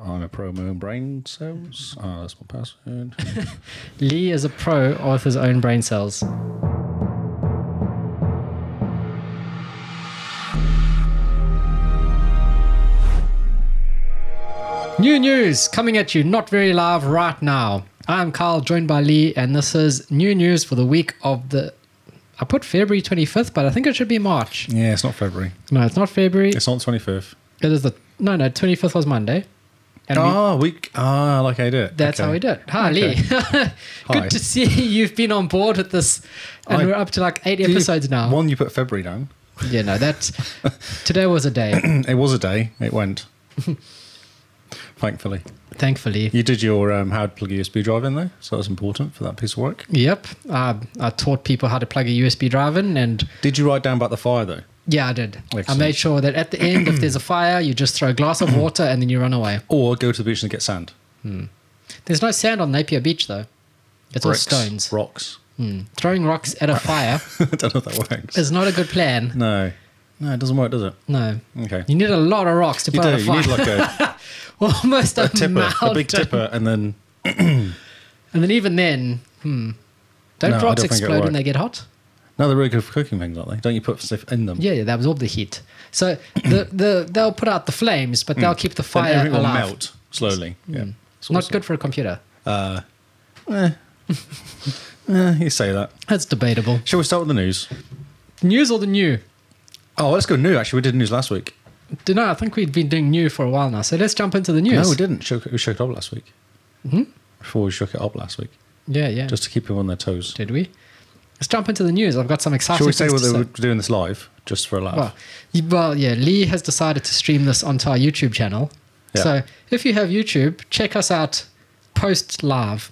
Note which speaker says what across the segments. Speaker 1: I'm a pro of my own brain cells.
Speaker 2: Mm.
Speaker 1: Ah, that's my password.
Speaker 2: Lee is a pro of his own brain cells. New news coming at you not very live right now. I'm Carl, joined by Lee, and this is new news for the week of the. I put February 25th, but I think it should be March.
Speaker 1: yeah, it's not February.
Speaker 2: No, it's not February.
Speaker 1: It's not 25th.
Speaker 2: It is the. No, no, 25th was Monday. And we-
Speaker 1: oh, week. Ah, like I did.
Speaker 2: That's how we do it. Hi, Lee. Good
Speaker 1: Hi.
Speaker 2: to see you've been on board with this, and
Speaker 1: I-
Speaker 2: we're up to like eight episodes now.
Speaker 1: One, you put February down.
Speaker 2: Yeah, no, that today was a day,
Speaker 1: it was a day. It went. Thankfully,
Speaker 2: thankfully.
Speaker 1: you did your um, how to plug a USB drive in there, so that's important for that piece of work.
Speaker 2: Yep, uh, I taught people how to plug a USB drive in, and
Speaker 1: Did you write down about the fire though?
Speaker 2: yeah, I did. I
Speaker 1: Excellent.
Speaker 2: made sure that at the end, if there's a fire, you just throw a glass of water and then you run away.
Speaker 1: Or go to the beach and get sand?
Speaker 2: There's no sand on Napier Beach though; it's
Speaker 1: Bricks,
Speaker 2: all stones.
Speaker 1: rocks.
Speaker 2: Mm. Throwing rocks at a fire
Speaker 1: I don't know if that works.
Speaker 2: is not a good plan.
Speaker 1: No, no, it doesn't work, does it?
Speaker 2: No,
Speaker 1: Okay.
Speaker 2: you need a lot of rocks to
Speaker 1: You
Speaker 2: put
Speaker 1: do.
Speaker 2: out a
Speaker 1: You
Speaker 2: fire.
Speaker 1: need like a,
Speaker 2: Almost a,
Speaker 1: a tipper, a big
Speaker 2: mountain.
Speaker 1: tipper, and then
Speaker 2: And then even then, hmm. Don't
Speaker 1: No, I
Speaker 2: rocks
Speaker 1: don't think it'll
Speaker 2: explode when
Speaker 1: work.
Speaker 2: they get hot?
Speaker 1: no, they're really good for cooking things, aren't they? Don't you put stuff in them?
Speaker 2: Yeah, yeah, they absorb the heat. So the, the they'll put out the flames, but they'll keep the
Speaker 1: Hmm. Then
Speaker 2: fire
Speaker 1: everything will
Speaker 2: alive.
Speaker 1: melt slowly. Yeah, Uh,
Speaker 2: It's not good for a computer.
Speaker 1: Eh, you say that.
Speaker 2: That's debatable.
Speaker 1: Shall we start with the news?
Speaker 2: News or the new?
Speaker 1: Oh, let's go new. Actually, we did news last week.
Speaker 2: Don't know. I think we've been doing new for a while now. So let's jump into the news.
Speaker 1: No, we didn't. Shook, we shook it up last week. Mm-hmm. Before we shook it up last week,
Speaker 2: Yeah, yeah.
Speaker 1: just to keep people on their toes.
Speaker 2: did we? Let's jump into the news. I've got some exciting
Speaker 1: Shall we say
Speaker 2: things to
Speaker 1: whether
Speaker 2: say.
Speaker 1: we're doing this live, just for a laugh?
Speaker 2: Well, y- well, yeah, Lee has decided to stream this onto our YouTube channel.
Speaker 1: Yeah.
Speaker 2: So if you have YouTube, check us out post live.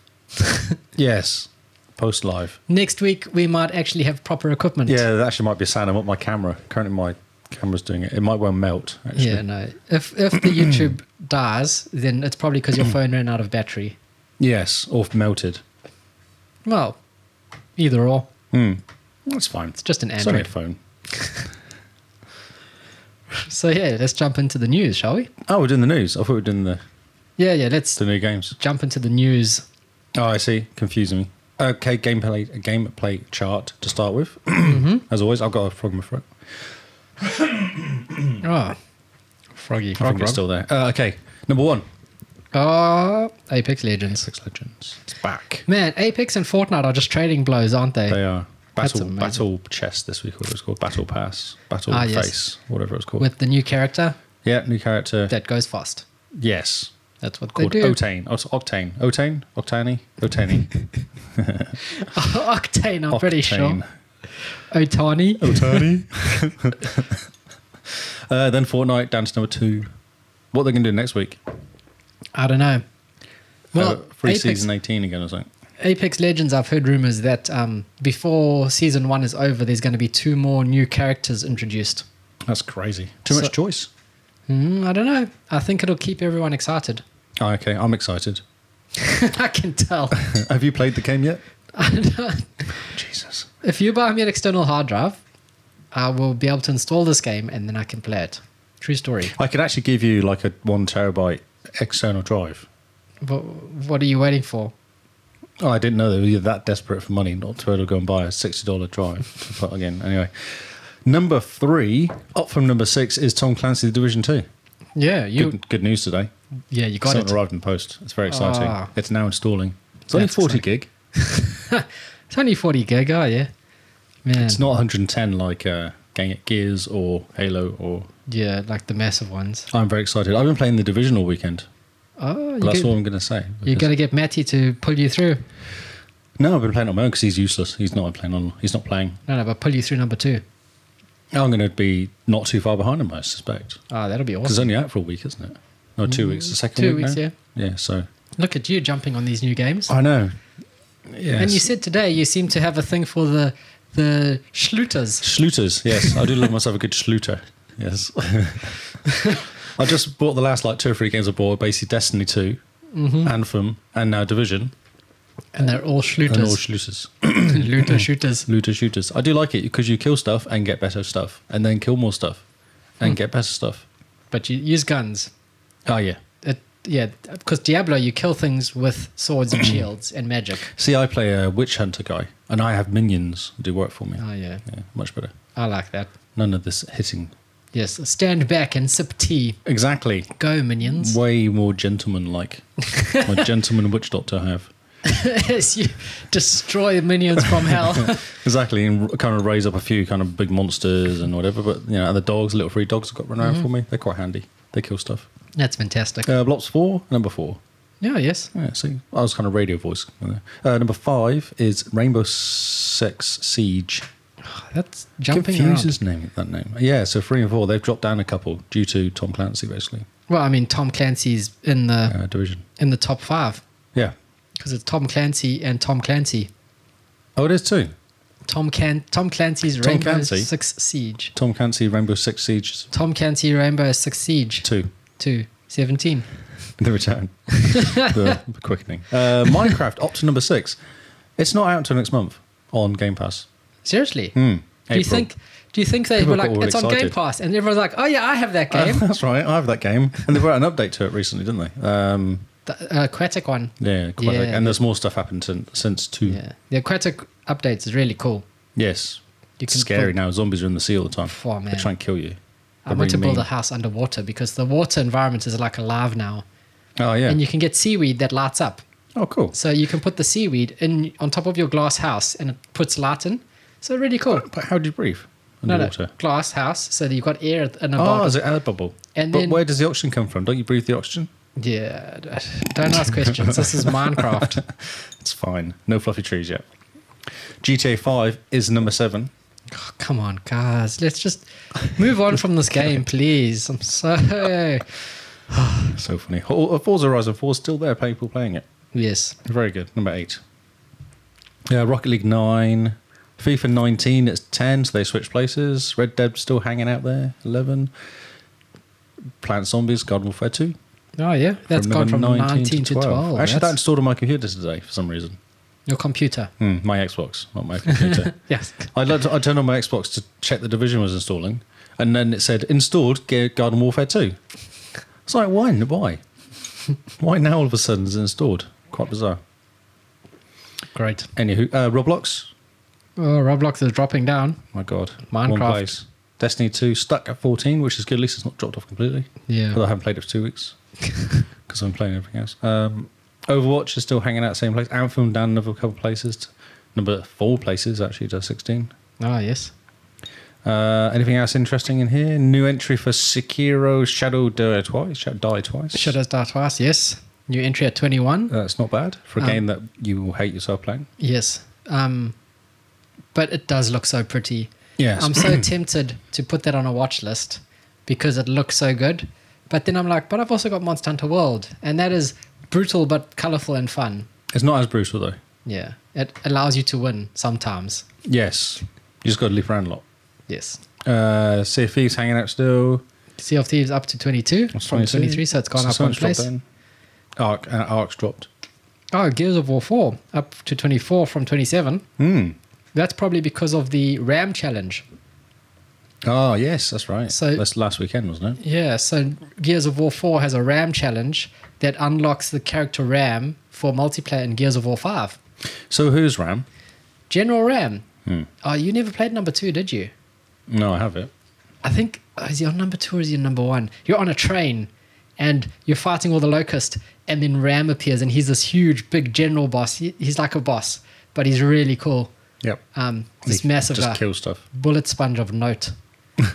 Speaker 1: yes, post live.
Speaker 2: Next week we might actually have proper equipment.
Speaker 1: Yeah, that actually might be a sound. I'm up my camera. Currently, my camera's doing it. It might well melt. Actually,
Speaker 2: Yeah, no. If if the YouTube dies, then it's probably because your phone ran out of battery.
Speaker 1: yes, or melted.
Speaker 2: Well, either or.
Speaker 1: That's fine.
Speaker 2: It's just an
Speaker 1: It's only a
Speaker 2: Android.
Speaker 1: phone.
Speaker 2: So yeah, let's jump into the news, shall we?
Speaker 1: Oh, we're doing the news. I thought we were doing the,
Speaker 2: Yeah, yeah, let's
Speaker 1: the new games.
Speaker 2: jump into the news.
Speaker 1: Oh, I see. Confusing me. Okay, gameplay gameplay chart to start with.
Speaker 2: Mm-hmm.
Speaker 1: As always, I've got a frog in my throat.
Speaker 2: Oh. Froggy.
Speaker 1: Hmm. I think
Speaker 2: Frog
Speaker 1: it's still there. Uh, okay, number one.
Speaker 2: Oh, Apex Legends.
Speaker 1: Six Legends. It's back.
Speaker 2: Man, Apex and Fortnite are just trading blows, aren't they?
Speaker 1: They are
Speaker 2: That's
Speaker 1: battle
Speaker 2: amazing.
Speaker 1: battle chest this week. What it was called? Battle pass. Battle
Speaker 2: Ah,
Speaker 1: face.
Speaker 2: yes.
Speaker 1: Whatever it was called.
Speaker 2: With the new character
Speaker 1: yeah, new character.
Speaker 2: that goes fast.
Speaker 1: yes.
Speaker 2: That's what
Speaker 1: Called
Speaker 2: they do.
Speaker 1: Otane. Oct- Octane. Otane. Octane. Otane.
Speaker 2: Octane, I'm pretty sure.
Speaker 1: Octane.
Speaker 2: Otani.
Speaker 1: Otani. uh, then Fortnite down to number two. What they're going to do next week?
Speaker 2: I don't know.
Speaker 1: Well,
Speaker 2: Well,
Speaker 1: free
Speaker 2: Apex-
Speaker 1: season eighteen again or something.
Speaker 2: Apex Legends, I've heard rumors that um, before season one is over, there's going to be two more new characters introduced.
Speaker 1: That's crazy. Too
Speaker 2: So-
Speaker 1: much choice.
Speaker 2: Mm, I don't know. I think it'll keep everyone excited.
Speaker 1: Oh, okay, I'm excited.
Speaker 2: I can tell.
Speaker 1: Have you played the game yet? Jesus.
Speaker 2: if you buy me an external hard drive, I will be able to install this game and then I can play it. True story.
Speaker 1: I could actually give you like a one terabyte external drive.
Speaker 2: But what are you waiting for?
Speaker 1: Oh, I didn't know they were that desperate for money not to be able to go and buy a sixty dollar drive to put again. Anyway, number three up from number six is Tom Clancy: The Division Two.
Speaker 2: Yeah, you.
Speaker 1: Good, good news today.
Speaker 2: Yeah, you got
Speaker 1: Something
Speaker 2: it.
Speaker 1: arrived in the post. It's very exciting.
Speaker 2: Ah.
Speaker 1: It's now installing. It's only
Speaker 2: That's
Speaker 1: forty gig.
Speaker 2: It's only forty gig, oh yeah. Man,
Speaker 1: It's not one hundred and ten like uh, Ge- Gears or Halo or.
Speaker 2: yeah, like the massive ones.
Speaker 1: I'm very excited. I've been playing The Division all weekend.
Speaker 2: Oh, you
Speaker 1: That's
Speaker 2: get,
Speaker 1: all I'm going to say.
Speaker 2: you're
Speaker 1: because-
Speaker 2: gonna get Matty to pull you through.
Speaker 1: No, I've been playing on my own because he's useless. He's not playing on. He's not playing.
Speaker 2: No, no, but pull you through number two.
Speaker 1: I'm going to be not too far behind him, I suspect.
Speaker 2: Oh, that'll be
Speaker 1: Because it's
Speaker 2: awesome. Mm,
Speaker 1: only out for a week, isn't it? No, two weeks. The second
Speaker 2: two
Speaker 1: week
Speaker 2: weeks,
Speaker 1: now? yeah. Yeah. So
Speaker 2: Look at you jumping on these new games.
Speaker 1: I know. Yes.
Speaker 2: And you said today you seem to have a thing for the the schluters.
Speaker 1: Schluters. Yes, I do love myself a good schluter. Yes. I just bought the last like two or three games I bought. Basically, Destiny 2
Speaker 2: Mm-hmm.
Speaker 1: Anthem, and now Division,
Speaker 2: And they're
Speaker 1: and
Speaker 2: all
Speaker 1: all
Speaker 2: schluters.
Speaker 1: schluters,
Speaker 2: Looter shooters.
Speaker 1: looter shooters. I do like it because you kill stuff and get better stuff, and
Speaker 2: Hmm.
Speaker 1: then kill more stuff and get better stuff.
Speaker 2: But you use guns.
Speaker 1: Oh yeah.
Speaker 2: It yeah, because Diablo, you kill things with swords and shields and magic.
Speaker 1: See, I play a witch hunter guy, and I have minions who do work for me.
Speaker 2: Oh yeah,
Speaker 1: Yeah, much better.
Speaker 2: I like that.
Speaker 1: None of this hitting.
Speaker 2: Yes, stand back and sip tea.
Speaker 1: Exactly.
Speaker 2: Go minions.
Speaker 1: Way more gentleman-like. My gentleman witch doctor have.
Speaker 2: yes, you destroy minions from hell.
Speaker 1: Exactly, and r- kind of raise up a few kind of big monsters and whatever. But you know, and the dogs, little free dogs, have got run around for me. They're quite handy. They kill stuff.
Speaker 2: That's fantastic.
Speaker 1: Uh, blocks four, number four.
Speaker 2: Yeah, yes.
Speaker 1: Yeah, see, I was kind of radio voice. Uh, number five is Rainbow Six Siege.
Speaker 2: Ah, That's jumping around.
Speaker 1: Confuses name that name. Yeah, so three and four they've dropped down a couple due to Tom Clancy basically
Speaker 2: Well, I mean, Tom Clancy's in the
Speaker 1: uh, division.
Speaker 2: in the top five
Speaker 1: Yeah.
Speaker 2: because it's Tom Clancy and Tom Clancy.
Speaker 1: Oh, it is too.
Speaker 2: Tom Can Tom Clancy's
Speaker 1: Tom
Speaker 2: Rainbow
Speaker 1: Clancy?
Speaker 2: Six Siege.
Speaker 1: Tom Clancy Rainbow Six Siege
Speaker 2: Tom Clancy Rainbow Six Siege
Speaker 1: two.
Speaker 2: two seventeen.
Speaker 1: The return. the quickening. Uh, Minecraft up to number six. It's not out until next month on Game Pass.
Speaker 2: Seriously.
Speaker 1: Hmm.
Speaker 2: Do you
Speaker 1: April.
Speaker 2: think? Do you think they
Speaker 1: People
Speaker 2: were
Speaker 1: got
Speaker 2: like
Speaker 1: all
Speaker 2: it's on Game
Speaker 1: excited.
Speaker 2: Pass and everyone's like, oh yeah, I have that
Speaker 1: Uh,
Speaker 2: game,
Speaker 1: that's right. I have that game, and they brought an update to it recently, didn't they? Um,
Speaker 2: the uh, aquatic one.
Speaker 1: yeah, quite
Speaker 2: Yeah.
Speaker 1: like- and there's more stuff happened sin- since too.
Speaker 2: Yeah, the aquatic updates is really cool.
Speaker 1: Yes,
Speaker 2: You
Speaker 1: it's scary now. Zombies are in the sea all the time.
Speaker 2: Oh, man.
Speaker 1: They try and kill you.
Speaker 2: I
Speaker 1: They're
Speaker 2: want to
Speaker 1: really
Speaker 2: build a
Speaker 1: mean.
Speaker 2: house underwater because the water environment is like alive now,
Speaker 1: Oh yeah.
Speaker 2: and you can get seaweed that lights up.
Speaker 1: oh cool.
Speaker 2: So you can put the seaweed in on top of your glass house, and it puts light in. So really cool.
Speaker 1: But how do you breathe
Speaker 2: No, no,
Speaker 1: underwater?
Speaker 2: glass house, so that you've got air in a
Speaker 1: Oh,
Speaker 2: bottle.
Speaker 1: is it air bubble?
Speaker 2: And
Speaker 1: but
Speaker 2: then-
Speaker 1: where does the oxygen come from? Don't you breathe the oxygen?
Speaker 2: Yeah, d- don't ask questions. this is Minecraft.
Speaker 1: It's fine. No fluffy trees yet. GTA 5 is number seven.
Speaker 2: Oh, come on, guys, let's just move on from this game, please. I'm so
Speaker 1: So funny. Oh, Forza Horizon 4 is still there. People playing it.
Speaker 2: yes.
Speaker 1: Very good. Number eight. Yeah, Rocket League 9. FIFA 19, it's 10, so they switch places. Red Dead still hanging out there. 11. Plant Zombies, God Warfare 2.
Speaker 2: Oh yeah, that's gone
Speaker 1: number
Speaker 2: from 19, to 12.
Speaker 1: Actually, that
Speaker 2: That's
Speaker 1: installed on my computer today for some reason.
Speaker 2: your computer.
Speaker 1: Hmm, my Xbox, not my computer.
Speaker 2: Yes.
Speaker 1: I would like to, I turned on my Xbox to check the division was installing, and then it said installed Ga- Garden Warfare Two. It's like why? Why? why now all of a sudden is it installed? Quite bizarre.
Speaker 2: Great.
Speaker 1: Anywho, uh, Roblox.
Speaker 2: Oh, Roblox is dropping down.
Speaker 1: My God,
Speaker 2: Minecraft.
Speaker 1: Destiny Two stuck at fourteen, which is good. At least it's not dropped off completely.
Speaker 2: Yeah.
Speaker 1: Although I haven't played it for two weeks because I'm playing everything else. Um, Overwatch is still hanging out the same place. Anthem down another couple places. to- number four places actually to sixteen.
Speaker 2: Ah, yes.
Speaker 1: Uh, anything else interesting in here? New entry for Sekiro Shadow Die Twice. Shadow Die Twice. Uh,
Speaker 2: Shadows Die Twice, yes. New entry at 21,
Speaker 1: That's not bad for a
Speaker 2: Um,
Speaker 1: game that you will hate yourself playing.
Speaker 2: yes. Um, but it does look so pretty.
Speaker 1: Yes.
Speaker 2: I'm so tempted to put that on a watch list because it looks so good. But then I'm like, but I've also got Monster Hunter World, and that is brutal but colorful and fun.
Speaker 1: it's not as brutal though.
Speaker 2: Yeah. It allows you to win sometimes.
Speaker 1: Yes. You just got to leap around a lot.
Speaker 2: Yes.
Speaker 1: Uh, Sea of Thieves hanging out still.
Speaker 2: Sea of Thieves up to 22
Speaker 1: That's
Speaker 2: from
Speaker 1: 22.
Speaker 2: 23, so it's
Speaker 1: So
Speaker 2: gone up one
Speaker 1: something's dropped
Speaker 2: place.
Speaker 1: down. Arc, uh, Arc's dropped.
Speaker 2: Oh, Gears of War 4 up to 24 from 27.
Speaker 1: Hmm.
Speaker 2: That's probably because of the RAM challenge.
Speaker 1: Oh yes, that's right.
Speaker 2: So-
Speaker 1: that's last weekend, wasn't it?
Speaker 2: Yeah, so Gears of War 4 has a RAM challenge that unlocks the character RAM for multiplayer in Gears of War 5.
Speaker 1: So who's Ram?
Speaker 2: General RAM.
Speaker 1: Hmm.
Speaker 2: Oh, you never played number 2, did you?
Speaker 1: No, I have it.
Speaker 2: I think, oh, is he on number 2 or is he on number 1? You're on a train and you're fighting all the locust and then RAM appears and he's this huge, big general boss. He, he's like a boss, but he's really cool.
Speaker 1: Yep.
Speaker 2: Um, this
Speaker 1: They
Speaker 2: massive
Speaker 1: Just
Speaker 2: guy.
Speaker 1: kill stuff.
Speaker 2: bullet sponge of note.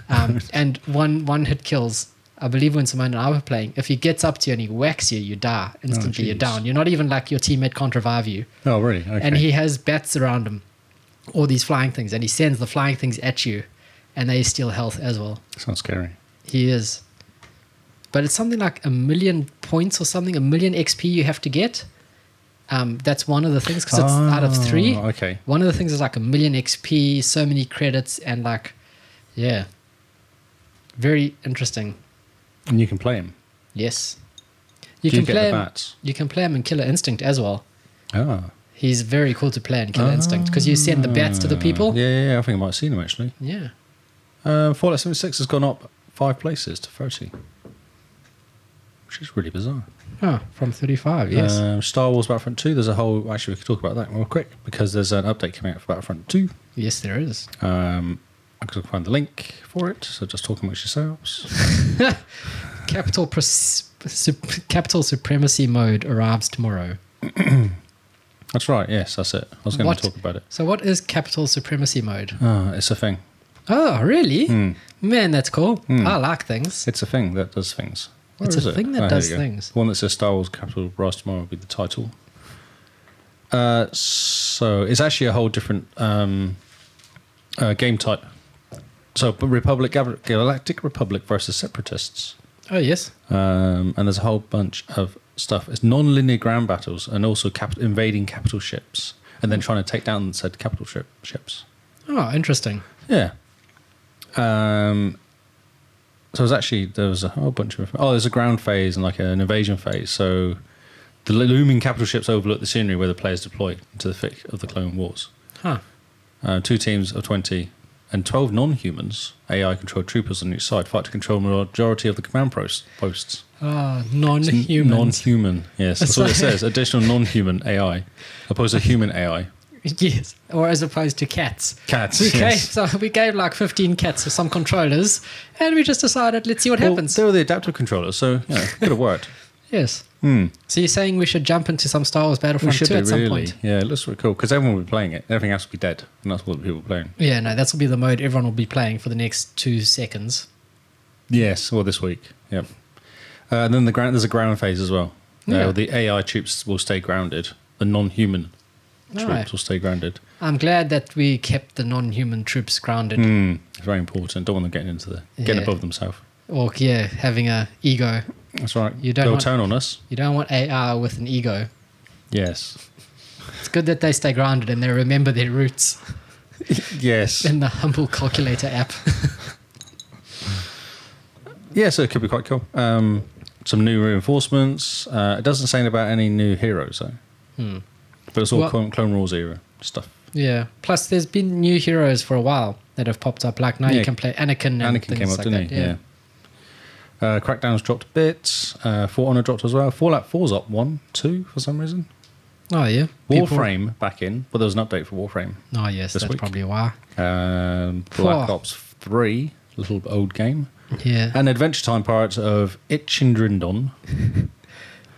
Speaker 2: Um, and one one hit kills. I believe when Simone and I were playing, if he gets up to you and he whacks you, you die instantly. you're
Speaker 1: Oh, jeez.
Speaker 2: down. You're not even like your teammate can't revive you.
Speaker 1: Oh really? Okay.
Speaker 2: And he has bats around him, all these flying things, and he sends the flying things at you, and they steal health as well.
Speaker 1: sounds scary.
Speaker 2: He is. But it's something like a million points or something, a million XP you have to get. Um, that's one of the things because it's out of three.
Speaker 1: Oh, okay.
Speaker 2: One of the things is like a million XP, so many credits, and like, yeah, very interesting.
Speaker 1: And you can play him.
Speaker 2: Yes, you
Speaker 1: Do
Speaker 2: can
Speaker 1: you get
Speaker 2: play
Speaker 1: the
Speaker 2: him.
Speaker 1: bats?
Speaker 2: You can play him in Killer Instinct as well.
Speaker 1: Ah.
Speaker 2: He's very cool to play in Killer Instinct because you send the bats to the people.
Speaker 1: Ah. Yeah, yeah, yeah, I think I might have seen them actually.
Speaker 2: Yeah.
Speaker 1: Uh, Fallout 76 has gone up five places to 30, which is really bizarre.
Speaker 2: Oh, from 35, yes.
Speaker 1: Um, Star Wars Battlefront 2, there's a whole. Actually, we could talk about that real quick because there's an update coming out for Battlefront 2.
Speaker 2: yes, there is.
Speaker 1: Um, I could find the link for it, so just talk amongst yourselves.
Speaker 2: Capital, pres- sup- capital Supremacy mode arrives tomorrow.
Speaker 1: That's right, yes, that's it. I was going
Speaker 2: What?
Speaker 1: to talk about it.
Speaker 2: So, what is Capital Supremacy mode?
Speaker 1: Ah, it's a thing.
Speaker 2: Oh, really?
Speaker 1: Hmm.
Speaker 2: Man, that's cool.
Speaker 1: Hmm.
Speaker 2: I like things.
Speaker 1: It's a thing that does things. Where
Speaker 2: It's a
Speaker 1: is it?
Speaker 2: thing that
Speaker 1: Oh, here
Speaker 2: does
Speaker 1: you go.
Speaker 2: things.
Speaker 1: The one that says Star Wars Capital Rise Tomorrow would be the title. Uh, so it's actually a whole different um, uh, game type. So but Republic Gal- Galactic Republic versus Separatists,
Speaker 2: Oh, yes.
Speaker 1: um, and there's a whole bunch of stuff. It's non-linear ground battles and also cap- invading capital ships and then trying to take down said capital ship ships.
Speaker 2: Oh, interesting.
Speaker 1: Yeah. Um, so it was actually there was a whole bunch of oh, there's a ground phase and like an invasion phase. So the looming capital ships overlook the scenery where the players deploy into the thick of the Clone Wars.
Speaker 2: Huh.
Speaker 1: Uh, two teams of twenty and twelve non-humans AI-controlled troopers on each side fight to control the majority of the command pros- posts.
Speaker 2: Oh, non human.
Speaker 1: Non-human, yes, that's what it says. Additional non-human AI, opposed to human AI.
Speaker 2: Yes. Or as opposed to cats.
Speaker 1: Cats.
Speaker 2: We gave,
Speaker 1: yes.
Speaker 2: so we gave like 15 cats to some controllers and we just decided, let's see what
Speaker 1: Well,
Speaker 2: happens.
Speaker 1: they were the adaptive controllers, so you know, it could have worked.
Speaker 2: Yes.
Speaker 1: Hmm.
Speaker 2: So you're saying we should jump into some Star Wars
Speaker 1: We
Speaker 2: Battlefront 2
Speaker 1: should
Speaker 2: at
Speaker 1: be
Speaker 2: some
Speaker 1: really.
Speaker 2: point?
Speaker 1: Yeah, it looks really cool because everyone will be playing it. Everything else will be dead, and that's all the people are playing.
Speaker 2: Yeah, no, that'll be the mode everyone will be playing for the next two seconds.
Speaker 1: Yes, or this week. Yep. Uh, and then the ground. There's a ground phase as well. Uh,
Speaker 2: Yeah.
Speaker 1: the AI troops will stay grounded. The non-human troops
Speaker 2: Alright.
Speaker 1: will stay grounded.
Speaker 2: I'm glad that we kept the non human troops grounded.
Speaker 1: Mm, it's very important. Don't want them getting into the getting
Speaker 2: Hmm. Yeah.
Speaker 1: above themselves.
Speaker 2: Or, yeah, having a ego.
Speaker 1: That's right.
Speaker 2: You don't
Speaker 1: They'll
Speaker 2: want-
Speaker 1: turn on us.
Speaker 2: You don't want AR with an ego.
Speaker 1: Yes.
Speaker 2: It's good that they stay grounded and they remember their roots
Speaker 1: yes.
Speaker 2: in the humble calculator app.
Speaker 1: Yeah, so it could be quite cool. Um, some new reinforcements. Uh, it doesn't say anything about any new heroes though,
Speaker 2: Hmm.
Speaker 1: but it's all
Speaker 2: Well-
Speaker 1: Clone, Clone Wars era stuff.
Speaker 2: Yeah. Plus, there's been new heroes for a while that have popped up. Like now
Speaker 1: Yeah.
Speaker 2: you can play Anakin. And
Speaker 1: Anakin
Speaker 2: things
Speaker 1: came up,
Speaker 2: like
Speaker 1: didn't
Speaker 2: that.
Speaker 1: he? Yeah. Uh, Crackdown's dropped a bit. Uh, For Honor dropped as well. Fallout 4's up one, two for some reason.
Speaker 2: Oh yeah. People-
Speaker 1: Warframe back in, but there was an update for Warframe.
Speaker 2: Oh yes,
Speaker 1: this
Speaker 2: that's
Speaker 1: week.
Speaker 2: probably why.
Speaker 1: Um,
Speaker 2: Four.
Speaker 1: Black Ops 3, little old game.
Speaker 2: Yeah.
Speaker 1: And Adventure Time Pirates of Itchindrindon.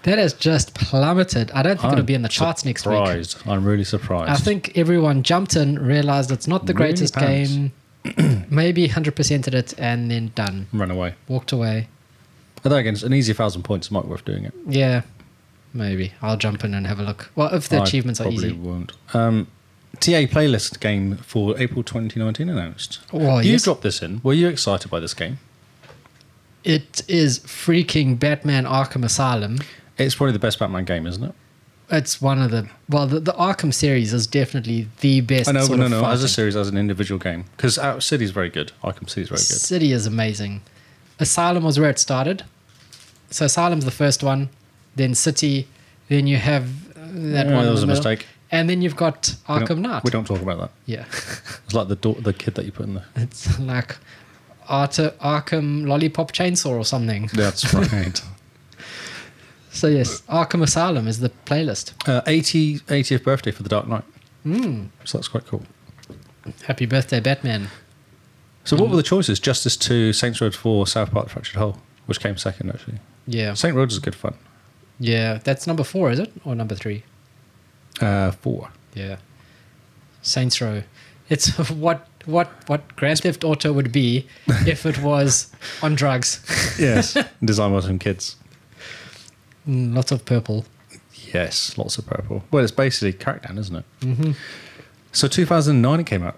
Speaker 2: that has just plummeted. I don't think it'll
Speaker 1: I'm
Speaker 2: be in the charts next week.
Speaker 1: surprised. I'm really surprised.
Speaker 2: I think everyone jumped in, realized it's not the
Speaker 1: Really
Speaker 2: greatest
Speaker 1: pants.
Speaker 2: game, maybe 100%ed it, and then done.
Speaker 1: Run away.
Speaker 2: Walked away.
Speaker 1: Although, again, it's an easy 1,000 points. It might be worth doing it.
Speaker 2: Yeah, maybe. I'll jump in and have a look. Well, if the
Speaker 1: I
Speaker 2: achievements are
Speaker 1: probably
Speaker 2: easy.
Speaker 1: won't. Um, TA playlist game for April 2019 announced.
Speaker 2: Oh,
Speaker 1: you
Speaker 2: yes.
Speaker 1: dropped this in. Were you excited by this game?
Speaker 2: It is freaking Batman Arkham Asylum.
Speaker 1: It's probably the best Batman game, isn't it?
Speaker 2: It's one of the well, the, the Arkham series is definitely the best.
Speaker 1: I know,
Speaker 2: sort
Speaker 1: no,
Speaker 2: of
Speaker 1: no, as a
Speaker 2: fighting.
Speaker 1: series, as an individual game. Because Out City's very good. Arkham City's very good.
Speaker 2: City is amazing. Asylum was where it started. So Asylum's the first one, then City, then you have uh, that
Speaker 1: Yeah,
Speaker 2: one.
Speaker 1: that
Speaker 2: in
Speaker 1: was a
Speaker 2: the middle,
Speaker 1: mistake.
Speaker 2: And then you've got
Speaker 1: we
Speaker 2: Arkham
Speaker 1: don't,
Speaker 2: Knight.
Speaker 1: We don't talk about that.
Speaker 2: Yeah,
Speaker 1: It's like the do- the kid that you put in the.
Speaker 2: it's like Art- Arkham Lollipop Chainsaw or something.
Speaker 1: That's right.
Speaker 2: So yes, Arkham Asylum is the playlist.
Speaker 1: uh, 80, 80th birthday for The Dark Knight.
Speaker 2: Mm.
Speaker 1: So that's quite cool.
Speaker 2: Happy birthday, Batman.
Speaker 1: So
Speaker 2: Mm.
Speaker 1: what were the choices? Justice 2, Saints Row 4, South Park The Fractured Hole, which came second, actually.
Speaker 2: Yeah,
Speaker 1: Saint Road is good fun.
Speaker 2: yeah. That's number four, is it, or number three?
Speaker 1: Uh, 4.
Speaker 2: Yeah. Saints Row. It's what what what Grand Theft Auto would be if it was on drugs.
Speaker 1: Yes. Designed by some kids.
Speaker 2: Mm, Lots of purple.
Speaker 1: Yes, lots of purple. Well, it's basically Crackdown, isn't it? Mm-hmm. So 2009 it came out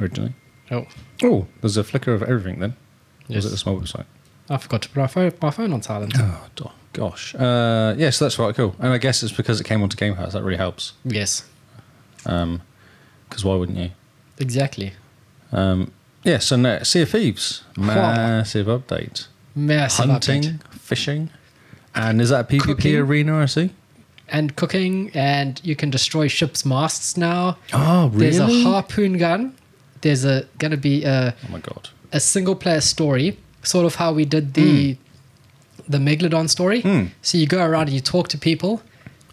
Speaker 1: originally.
Speaker 2: Oh,
Speaker 1: Oh, there's a flicker of everything then. Or
Speaker 2: Yes.
Speaker 1: Was it a small website?
Speaker 2: I forgot to put my phone, my phone on silent.
Speaker 1: Oh, do- gosh. Uh, yeah, so that's quite cool. And I guess it's because it came onto Game Pass. That really helps.
Speaker 2: Yes,
Speaker 1: Because why wouldn't you?
Speaker 2: exactly.
Speaker 1: Um, yeah, so no, Sea of Thieves.
Speaker 2: Wow.
Speaker 1: Massive update.
Speaker 2: Massive
Speaker 1: Hunting,
Speaker 2: update.
Speaker 1: fishing. And is that a PvP
Speaker 2: Cooking.
Speaker 1: arena, I see?
Speaker 2: and cooking, and you can destroy ships' masts now.
Speaker 1: Oh, really?
Speaker 2: There's a harpoon gun. There's a gonna be a
Speaker 1: oh, my God. Hmm.
Speaker 2: a single player story, sort of how we did the the megalodon story. So you go around and you talk to people,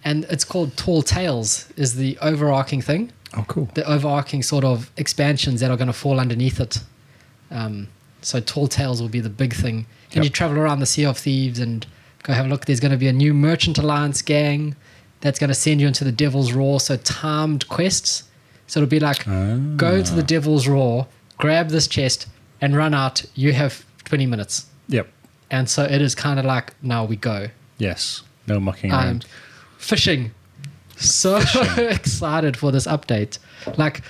Speaker 2: and it's called Tall Tales is the overarching thing,
Speaker 1: Oh, cool.
Speaker 2: the overarching sort of expansions that are going to fall underneath it. Um, so Tall Tales will be the big thing, and
Speaker 1: Yep.
Speaker 2: you travel around the Sea of Thieves and go have a look. There's going to be a new Merchant Alliance gang that's going to send you into the Devil's Roar. So timed quests. So it'll be like go to the Devil's Roar, grab this chest, and run out. You have 20 minutes.
Speaker 1: Yep.
Speaker 2: And so it is kind of like, now we go.
Speaker 1: Yes. No mucking
Speaker 2: I'm
Speaker 1: around.
Speaker 2: fishing. So excited for this update. Like,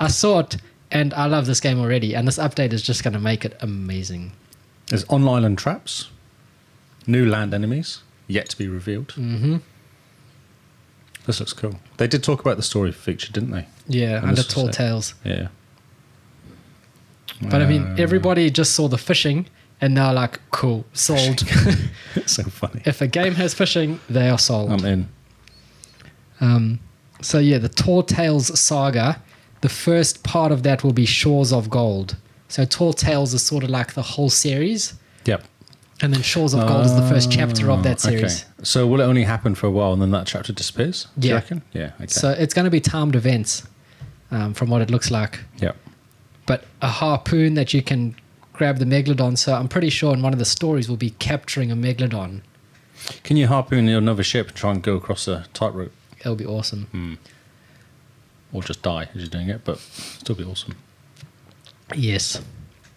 Speaker 2: I saw it and I love this game already. And this update is just going to make it amazing.
Speaker 1: There's on island traps, new land enemies yet to be revealed. Mm-hmm. This looks cool. They did talk about the story feature, didn't they?
Speaker 2: Yeah,
Speaker 1: And
Speaker 2: under
Speaker 1: this was
Speaker 2: Tall
Speaker 1: it.
Speaker 2: Tales.
Speaker 1: Yeah.
Speaker 2: But I mean, everybody just saw the fishing and they're like, cool, sold.
Speaker 1: It's so funny.
Speaker 2: if a game has fishing, they are sold.
Speaker 1: I'm in.
Speaker 2: Um, so yeah, the Tall Tales saga. The first part of that will be Shores of Gold. So Tall Tales is sort of like the whole series,
Speaker 1: Yep.
Speaker 2: and then Shores of Gold is the first chapter of that
Speaker 1: Ah, okay.
Speaker 2: series.
Speaker 1: So will it only happen for a while and then that chapter disappears? Do you
Speaker 2: Yeah.
Speaker 1: reckon? Yeah. Okay.
Speaker 2: So it's going to be timed events, um, from what it looks like.
Speaker 1: yep.
Speaker 2: But a harpoon that you can grab the megalodon. So I'm pretty sure in one of the stories will be capturing a megalodon.
Speaker 1: Can you harpoon another ship and try and go across a tightrope
Speaker 2: That'll be awesome.
Speaker 1: or just die as you're doing it? But still be awesome.
Speaker 2: Yes,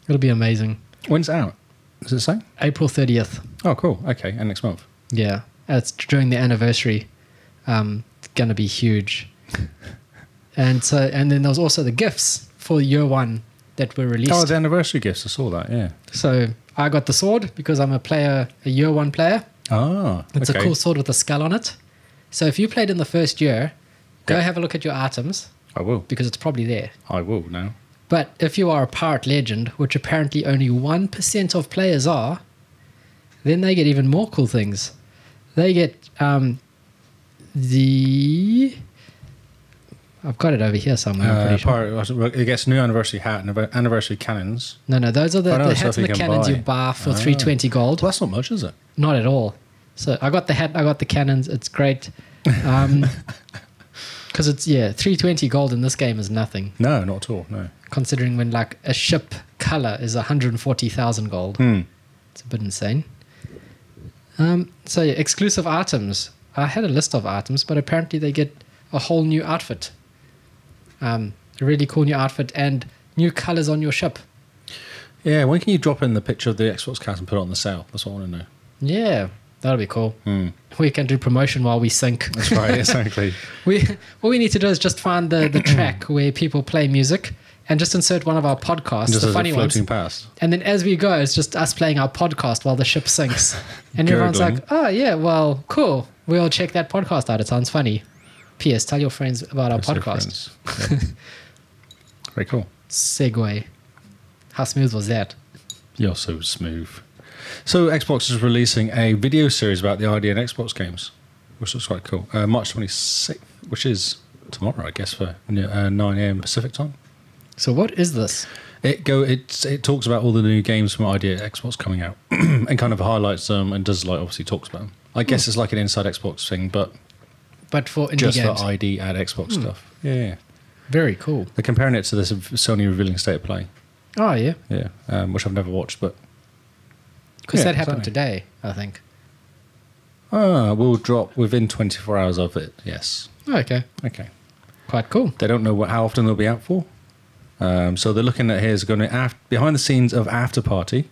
Speaker 2: it'll be amazing.
Speaker 1: When's it out? Does it say?
Speaker 2: April 30th.
Speaker 1: Oh, cool. Okay. And next month.
Speaker 2: Yeah, it's during the anniversary. Um, it's gonna be huge. and so, and then there was also the gifts for year one that were released.
Speaker 1: Oh, the anniversary gifts. I saw that. Yeah.
Speaker 2: so I got the sword because I'm a player, a year one player.
Speaker 1: Ah,
Speaker 2: It's
Speaker 1: okay.
Speaker 2: a cool sword with a skull on it. So if you played in the first year, go
Speaker 1: Yeah.
Speaker 2: have a look at your items
Speaker 1: I will.
Speaker 2: because it's probably there.
Speaker 1: I will now.
Speaker 2: But if you are a pirate legend, which apparently only 1% of players are, then they get even more cool things. They get um, the. I've got it over here somewhere. I'm
Speaker 1: Uh,
Speaker 2: pretty sure.
Speaker 1: pirate, it gets a new anniversary hat and a- anniversary cannons.
Speaker 2: No, no, those are the,
Speaker 1: Oh, no,
Speaker 2: the
Speaker 1: it's
Speaker 2: hats
Speaker 1: stuff
Speaker 2: and
Speaker 1: you
Speaker 2: the
Speaker 1: can
Speaker 2: cannons you
Speaker 1: buy.
Speaker 2: buy for
Speaker 1: Ah.
Speaker 2: 320 gold.
Speaker 1: Well, that's not much, is it?
Speaker 2: Not at all. So I got the hat, I got the cannons. It's great. Um 'cause Because it's, yeah, 320 gold in this game is nothing,
Speaker 1: No, not at all. No.
Speaker 2: considering when, like, a ship color is 140,000 gold.
Speaker 1: Hmm.
Speaker 2: It's a bit insane. Um, so yeah, exclusive items. I had a list of items, but apparently they get a whole new outfit. Um, a really cool new outfit and new colors on your ship.
Speaker 1: Yeah. When can you drop in the picture of the Xbox cat and put it on the sale? That's what I want to know.
Speaker 2: Yeah, that'll be cool.
Speaker 1: Hmm.
Speaker 2: We can do promotion while we sync.
Speaker 1: That's right. Exactly.
Speaker 2: We all we need to do is just find the, the track where people play music and just insert one of our podcasts,
Speaker 1: Just
Speaker 2: the
Speaker 1: as
Speaker 2: funny
Speaker 1: it's
Speaker 2: ones.
Speaker 1: floating past.
Speaker 2: And then as we go, it's just us playing our podcast while the ship sinks. And everyone's
Speaker 1: Gurgling.
Speaker 2: like, oh, yeah, well, cool. We'll check that podcast out. It sounds funny. P.S. Tell your friends about our
Speaker 1: That's so
Speaker 2: podcast.
Speaker 1: friends. Yeah. Very cool.
Speaker 2: Segway. How smooth was that?
Speaker 1: You're so smooth. So Xbox is releasing a video series about the ID and Xbox games, which looks quite cool. Uh, March 26th, which is tomorrow, I guess, for uh, 9 a.m. Pacific time.
Speaker 2: So, what is this?
Speaker 1: It go it it talks about all the new games from ID and Xbox coming out, and kind of highlights them and does like obviously talks about them. I guess it's like an inside Xbox thing, but
Speaker 2: But for indie
Speaker 1: just
Speaker 2: games.
Speaker 1: for ID and Xbox stuff. Yeah, yeah.
Speaker 2: Very cool.
Speaker 1: they're comparing it to this Sony revealing State of Play.
Speaker 2: Oh, yeah.
Speaker 1: Yeah, um, which I've never watched, but
Speaker 2: Because
Speaker 1: Yeah,
Speaker 2: that happened
Speaker 1: exactly.
Speaker 2: today, I think.
Speaker 1: ah, will drop within 24 hours of it. Yes.
Speaker 2: Okay.
Speaker 1: Okay.
Speaker 2: Quite cool.
Speaker 1: They don't know what, how often they'll be out for. Um, so they're looking at here is going to af- behind the scenes of After Party,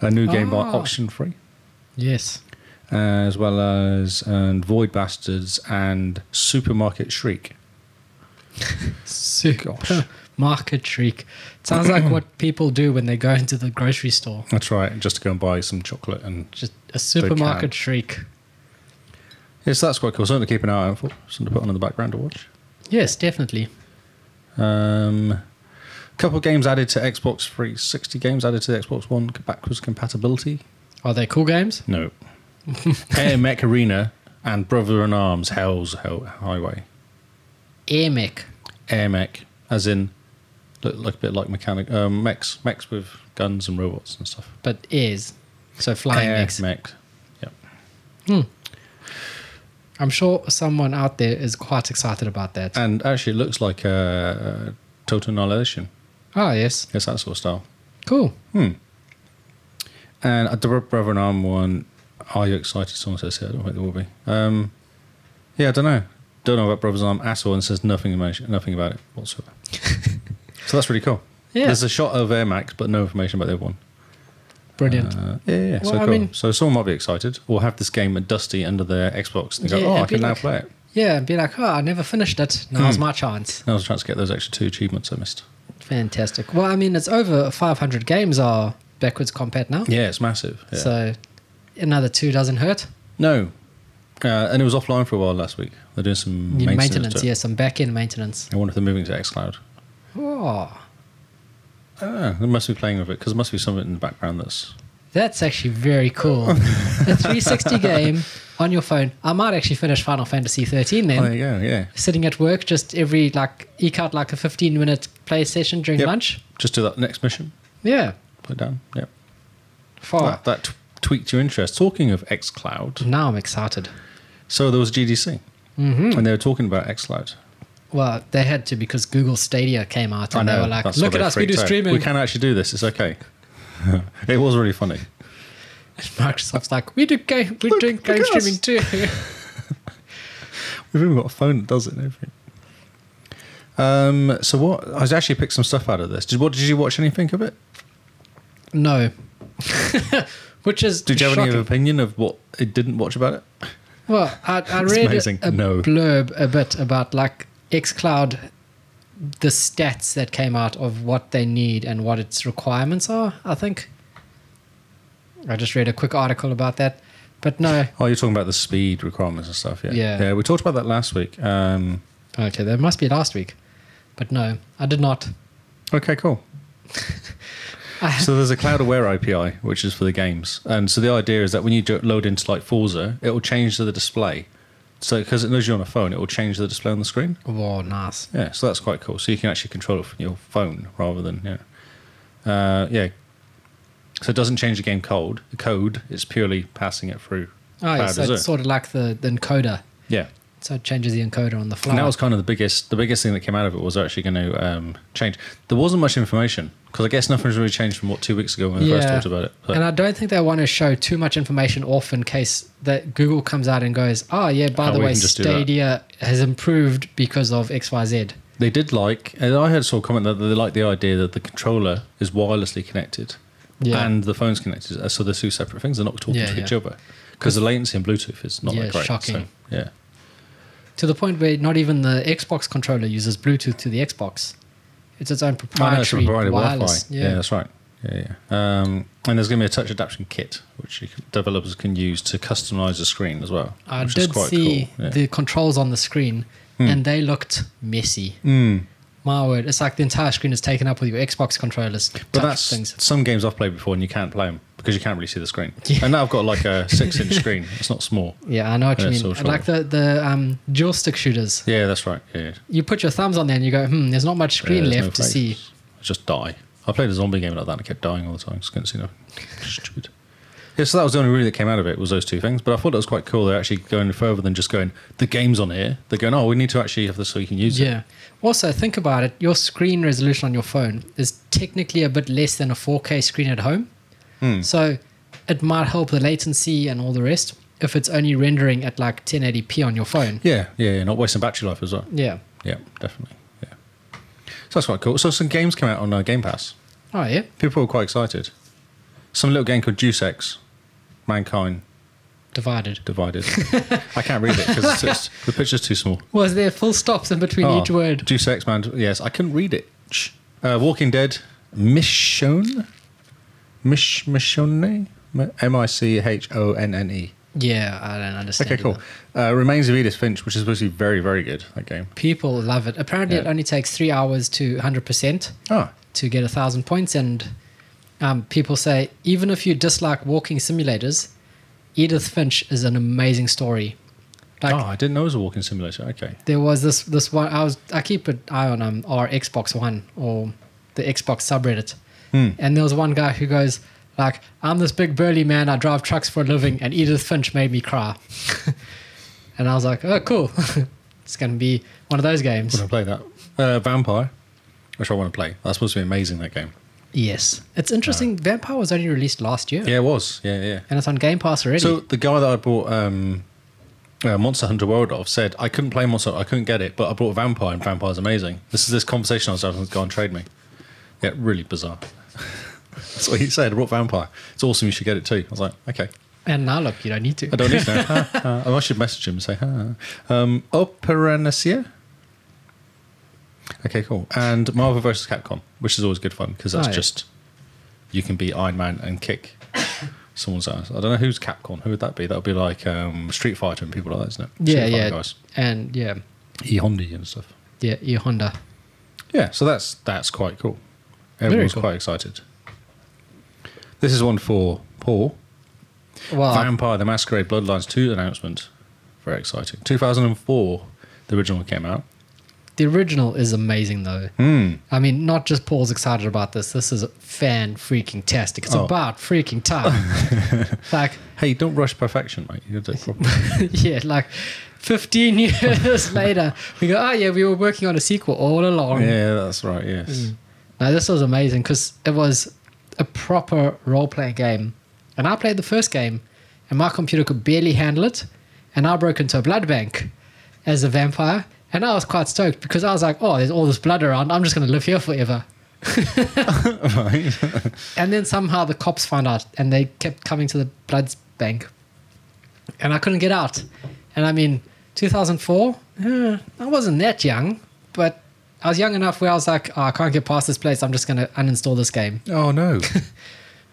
Speaker 1: a new game by
Speaker 2: Ah.
Speaker 1: Auction Free,
Speaker 2: Yes.
Speaker 1: uh, as well as and Void Bastards and Supermarket Shriek. Gosh.
Speaker 2: Market shriek. Sounds like what people do when they go into the grocery store.
Speaker 1: That's right, just to go and buy some chocolate and
Speaker 2: Just a supermarket shriek.
Speaker 1: yes, that's quite cool. Something to keep an eye out for. Something to put on in the background to watch.
Speaker 2: Yes, definitely.
Speaker 1: Um, couple games added to Xbox 360 games added to the Xbox One backwards compatibility.
Speaker 2: Are they cool games?
Speaker 1: No. Air Mech Arena and Brother in Arms Hell's Hell Highway.
Speaker 2: Air mech.
Speaker 1: Air Mech, as in look, look a bit like mechanic um, mechs, mechs with guns and robots and stuff.
Speaker 2: but is So flying
Speaker 1: Air
Speaker 2: mechs.
Speaker 1: mech. Yep.
Speaker 2: I'm sure someone out there is quite excited about that.
Speaker 1: And actually, it looks like a total annihilation.
Speaker 2: oh, yes.
Speaker 1: It's that sort of style.
Speaker 2: Cool.
Speaker 1: And the Brother and Arm one, are you excited? Someone says here. I don't think there will be. Um, yeah, I don't know. Don't know about Brothers and Arm at all and says nothing, emotion, nothing about it whatsoever. so that's really cool.
Speaker 2: Yeah.
Speaker 1: There's a shot of Air Max, but no information about the other one.
Speaker 2: Brilliant.
Speaker 1: Uh, yeah, yeah. so
Speaker 2: Well, I
Speaker 1: cool.
Speaker 2: mean-
Speaker 1: so someone might be excited or have this game at Dusty under their Xbox and go,
Speaker 2: Yeah,
Speaker 1: oh, I
Speaker 2: it'd be
Speaker 1: can now
Speaker 2: like-
Speaker 1: play it.
Speaker 2: yeah, and be like, oh, I never finished it.
Speaker 1: Hmm.
Speaker 2: Now's my chance.
Speaker 1: Now I was trying to get those extra two achievements I missed.
Speaker 2: Fantastic. Well, I mean, it's over 500 games are backwards compat now.
Speaker 1: Yeah, it's massive. Yeah.
Speaker 2: So another two doesn't hurt.
Speaker 1: no. Uh, and it was offline for a while last week. They're doing some
Speaker 2: Need
Speaker 1: maintenance.
Speaker 2: maintenance,
Speaker 1: to it.
Speaker 2: yeah, some back end maintenance.
Speaker 1: I wonder if they're moving to xCloud.
Speaker 2: Oh,
Speaker 1: Ah, they must be playing with it because there must be something in the background that's.
Speaker 2: that's actually very cool. a 360 game on your phone. I might actually finish Final Fantasy 13 then.
Speaker 1: Oh, there you go. Yeah,
Speaker 2: Sitting at work, just every like eke out like a 15 minute play session during
Speaker 1: Yep.
Speaker 2: lunch.
Speaker 1: just do that next mission.
Speaker 2: Yeah,
Speaker 1: Put it down. Yep.
Speaker 2: far.
Speaker 1: That, that t- tweaked your interest. Talking of xCloud,
Speaker 2: Now I'm excited.
Speaker 1: so there was GDC, mm-hmm. and they were talking about xCloud.
Speaker 2: Well, they had to because Google Stadia came out and they were like,
Speaker 1: uh, that's
Speaker 2: look
Speaker 1: why
Speaker 2: at
Speaker 1: they
Speaker 2: us, we do
Speaker 1: freaked out.
Speaker 2: streaming.
Speaker 1: We can actually do this. It's okay. it was really funny.
Speaker 2: Microsoft's like, we do game, we're
Speaker 1: Look-
Speaker 2: doing
Speaker 1: look
Speaker 2: game
Speaker 1: at us."
Speaker 2: streaming too.
Speaker 1: We've even got a phone that does it and everything. Um, so what? I actually picked some stuff out of this. Did what? Did you watch anything of it?
Speaker 2: no. Which is
Speaker 1: Did you have
Speaker 2: shocking.
Speaker 1: any opinion of what it didn't watch about it?
Speaker 2: Well, I, I
Speaker 1: It's
Speaker 2: read
Speaker 1: amazing.
Speaker 2: a
Speaker 1: No.
Speaker 2: blurb a bit about like xCloud, the stats that came out of what they need and what its requirements are. I think I just read a quick article about that, but no.
Speaker 1: Oh, you're talking about the speed requirements and stuff, yeah.
Speaker 2: Yeah.
Speaker 1: we talked about that last week. Um,
Speaker 2: Okay, that must be last week, but no, I did not.
Speaker 1: okay, cool.
Speaker 2: I-
Speaker 1: so there's a cloud aware API, which is for the games. And so the idea is that when you do- load into like Forza, it will change the display. So because it knows you're on a phone, it will change the display on the screen.
Speaker 2: Whoa, nice.
Speaker 1: Yeah, so that's quite cool. So you can actually control it from your phone rather than yeah, uh, yeah. So it doesn't change the game code. The code it's purely passing it through.
Speaker 2: Oh, yeah,
Speaker 1: Cloud
Speaker 2: so
Speaker 1: Azure.
Speaker 2: it's sort of like the, the encoder.
Speaker 1: Yeah,
Speaker 2: So it changes the encoder on the fly.
Speaker 1: And that was kind of the biggest, the biggest thing that came out of it was actually going to um, change. There wasn't much information because I guess nothing's really changed from what two weeks ago when we first
Speaker 2: Yeah.
Speaker 1: talked about it. But
Speaker 2: and I don't think they want to show too much information off in case that Google comes out and goes, oh, yeah, by
Speaker 1: Oh,
Speaker 2: the
Speaker 1: we
Speaker 2: way,
Speaker 1: can just do that."
Speaker 2: Stadia has improved because of XYZ.
Speaker 1: they did like, and I heard saw a comment that they like the idea that the controller is wirelessly connected
Speaker 2: Yeah.
Speaker 1: and the phone's connected, uh, so they're two separate things. They're not talking
Speaker 2: Yeah,
Speaker 1: to each
Speaker 2: yeah.
Speaker 1: other because the latency in Bluetooth is not
Speaker 2: Yeah,
Speaker 1: that great. So,
Speaker 2: shocking.
Speaker 1: yeah,
Speaker 2: To the point where not even the Xbox controller uses Bluetooth to the Xbox. It's its own
Speaker 1: I know it's
Speaker 2: proprietary
Speaker 1: provided
Speaker 2: wireless.
Speaker 1: Wi-Fi. Yeah.
Speaker 2: Yeah.
Speaker 1: that's right. Yeah, yeah. Um, and there's going to be a touch adaptation kit which you can, developers can use to customize the screen as well.
Speaker 2: I
Speaker 1: which is
Speaker 2: did
Speaker 1: quite
Speaker 2: see
Speaker 1: cool. Yeah. Hmm.
Speaker 2: the controls on the screen and they looked messy. My word, it's like the entire screen is taken up with your Xbox controllers.
Speaker 1: But
Speaker 2: touch
Speaker 1: that's
Speaker 2: things.
Speaker 1: some games I've played before, and you can't play them because you can't really see the screen. And now I've got like a six-inch screen. It's not small.
Speaker 2: Yeah, I know what
Speaker 1: Yeah,
Speaker 2: you mean.
Speaker 1: so sure.
Speaker 2: Like the, the um, dual stick shooters.
Speaker 1: Yeah, that's right. Yeah, yeah.
Speaker 2: you put your thumbs on there and you go, hmm, there's not much screen
Speaker 1: Yeah, there's
Speaker 2: left
Speaker 1: no
Speaker 2: to
Speaker 1: face.
Speaker 2: see.
Speaker 1: I just die. I played a zombie game like that, and I kept dying all the time. Just couldn't see nothing. Stupid. Yeah, so that was the only really that came out of it was those two things. But I thought it was quite cool. They're actually going further than just going the game's on here. They're going, oh, we need to actually have this so you can use it.
Speaker 2: Yeah. Also, think about it. Your screen resolution on your phone is technically a bit less than a 4K screen at home.
Speaker 1: Hmm.
Speaker 2: So it might help the latency and all the rest if it's only rendering at like 1080p on your phone.
Speaker 1: Yeah, yeah, yeah. Not wasting battery life as well.
Speaker 2: Yeah.
Speaker 1: Yeah, definitely. Yeah. So that's quite cool. So some games came out on uh, Game Pass.
Speaker 2: Oh, yeah.
Speaker 1: People were quite excited. Some little game called Juice X, Mankind
Speaker 2: Divided.
Speaker 1: Divided. I can't read it because it's, it's, the picture's too small.
Speaker 2: Was there full stops in between each word?
Speaker 1: Juice X, man. Yes, I couldn't read it. Shh. Uh, Walking Dead, Michonne? Mish, Michonne? M I C H O N N E.
Speaker 2: Yeah, I don't understand.
Speaker 1: Okay, cool.
Speaker 2: either.
Speaker 1: Uh, Remains of Edith Finch, which is supposed to be very, very good, that game.
Speaker 2: People love it. Apparently, it
Speaker 1: Yeah.
Speaker 2: only takes three hours to 100%.
Speaker 1: Ah,
Speaker 2: to get a thousand points. And um, people say even if you dislike walking simulators, Edith Finch is an amazing story. Like
Speaker 1: oh, I didn't know it was a walking simulator. Okay.
Speaker 2: there was this this one I was I keep an eye on
Speaker 1: Hmm.
Speaker 2: um, our Xbox One or the Xbox subreddit, and there was one guy who goes Like, I'm this big burly man, I drive trucks for a living, and Edith Finch made me cry. and I was like, oh, cool. it's going to be one of those games.
Speaker 1: want to play that. Uh, Vampire, which I want to play. That's supposed to be amazing, that game.
Speaker 2: Yes. It's interesting. Vampire was only released last year,
Speaker 1: Yeah, it was. Yeah, yeah.
Speaker 2: and it's on Game Pass already.
Speaker 1: So the guy that I bought um, uh, Monster Hunter World of said, I couldn't play Monster I couldn't get it, but I bought Vampire, and Vampire's amazing. This is this conversation I was having with this guy on Trade Me. Yeah, really bizarre. That's what he said. I brought Vampire. It's awesome. You should get it too. I was like, okay.
Speaker 2: and now look, you don't need to.
Speaker 1: I don't need to know. Ha, ha. Oh, I should message him and say, ha. Um, Operanacia? Okay, cool. And Marvel vs. Capcom, which is always good fun because that's
Speaker 2: Oh, yeah.
Speaker 1: just you can be Iron Man and kick someone's ass. I don't know who's Capcom. Who would that be? That would be like um, Street Fighter and people like that, isn't it? Street
Speaker 2: yeah,
Speaker 1: Fighter
Speaker 2: yeah.
Speaker 1: Guys.
Speaker 2: And yeah,
Speaker 1: E Hondi and stuff.
Speaker 2: yeah, your Honda.
Speaker 1: Yeah, so that's that's quite cool. Everyone's
Speaker 2: cool.
Speaker 1: quite excited. This is one for Paul.
Speaker 2: Well,
Speaker 1: Vampire the Masquerade Bloodlines 2 announcement. Very exciting. 2004, the original came out.
Speaker 2: the original is amazing, though.
Speaker 1: Hmm.
Speaker 2: I mean, not just Paul's excited about this. This is fan freaking tastic. It's
Speaker 1: Oh.
Speaker 2: about freaking time. like,
Speaker 1: Hey, don't rush perfection, mate. You did it properly.
Speaker 2: yeah, like 15 years later, we go, oh, yeah, we were working on a sequel all along.
Speaker 1: yeah, that's right, yes.
Speaker 2: Now, this was amazing because it was a proper role playing game. And I played the first game, and my computer could barely handle it. And I broke into a blood bank as a vampire. And I was quite stoked because I was like, oh, there's all this blood around. I'm just going to live here forever.
Speaker 1: Hmm. right.
Speaker 2: And then somehow the cops found out and they kept coming to the blood bank. And I couldn't get out. And I mean, 2004, eh, I wasn't that young, but I was young enough where I was like, oh, I can't get past this place. I'm just going to uninstall this game.
Speaker 1: oh, no.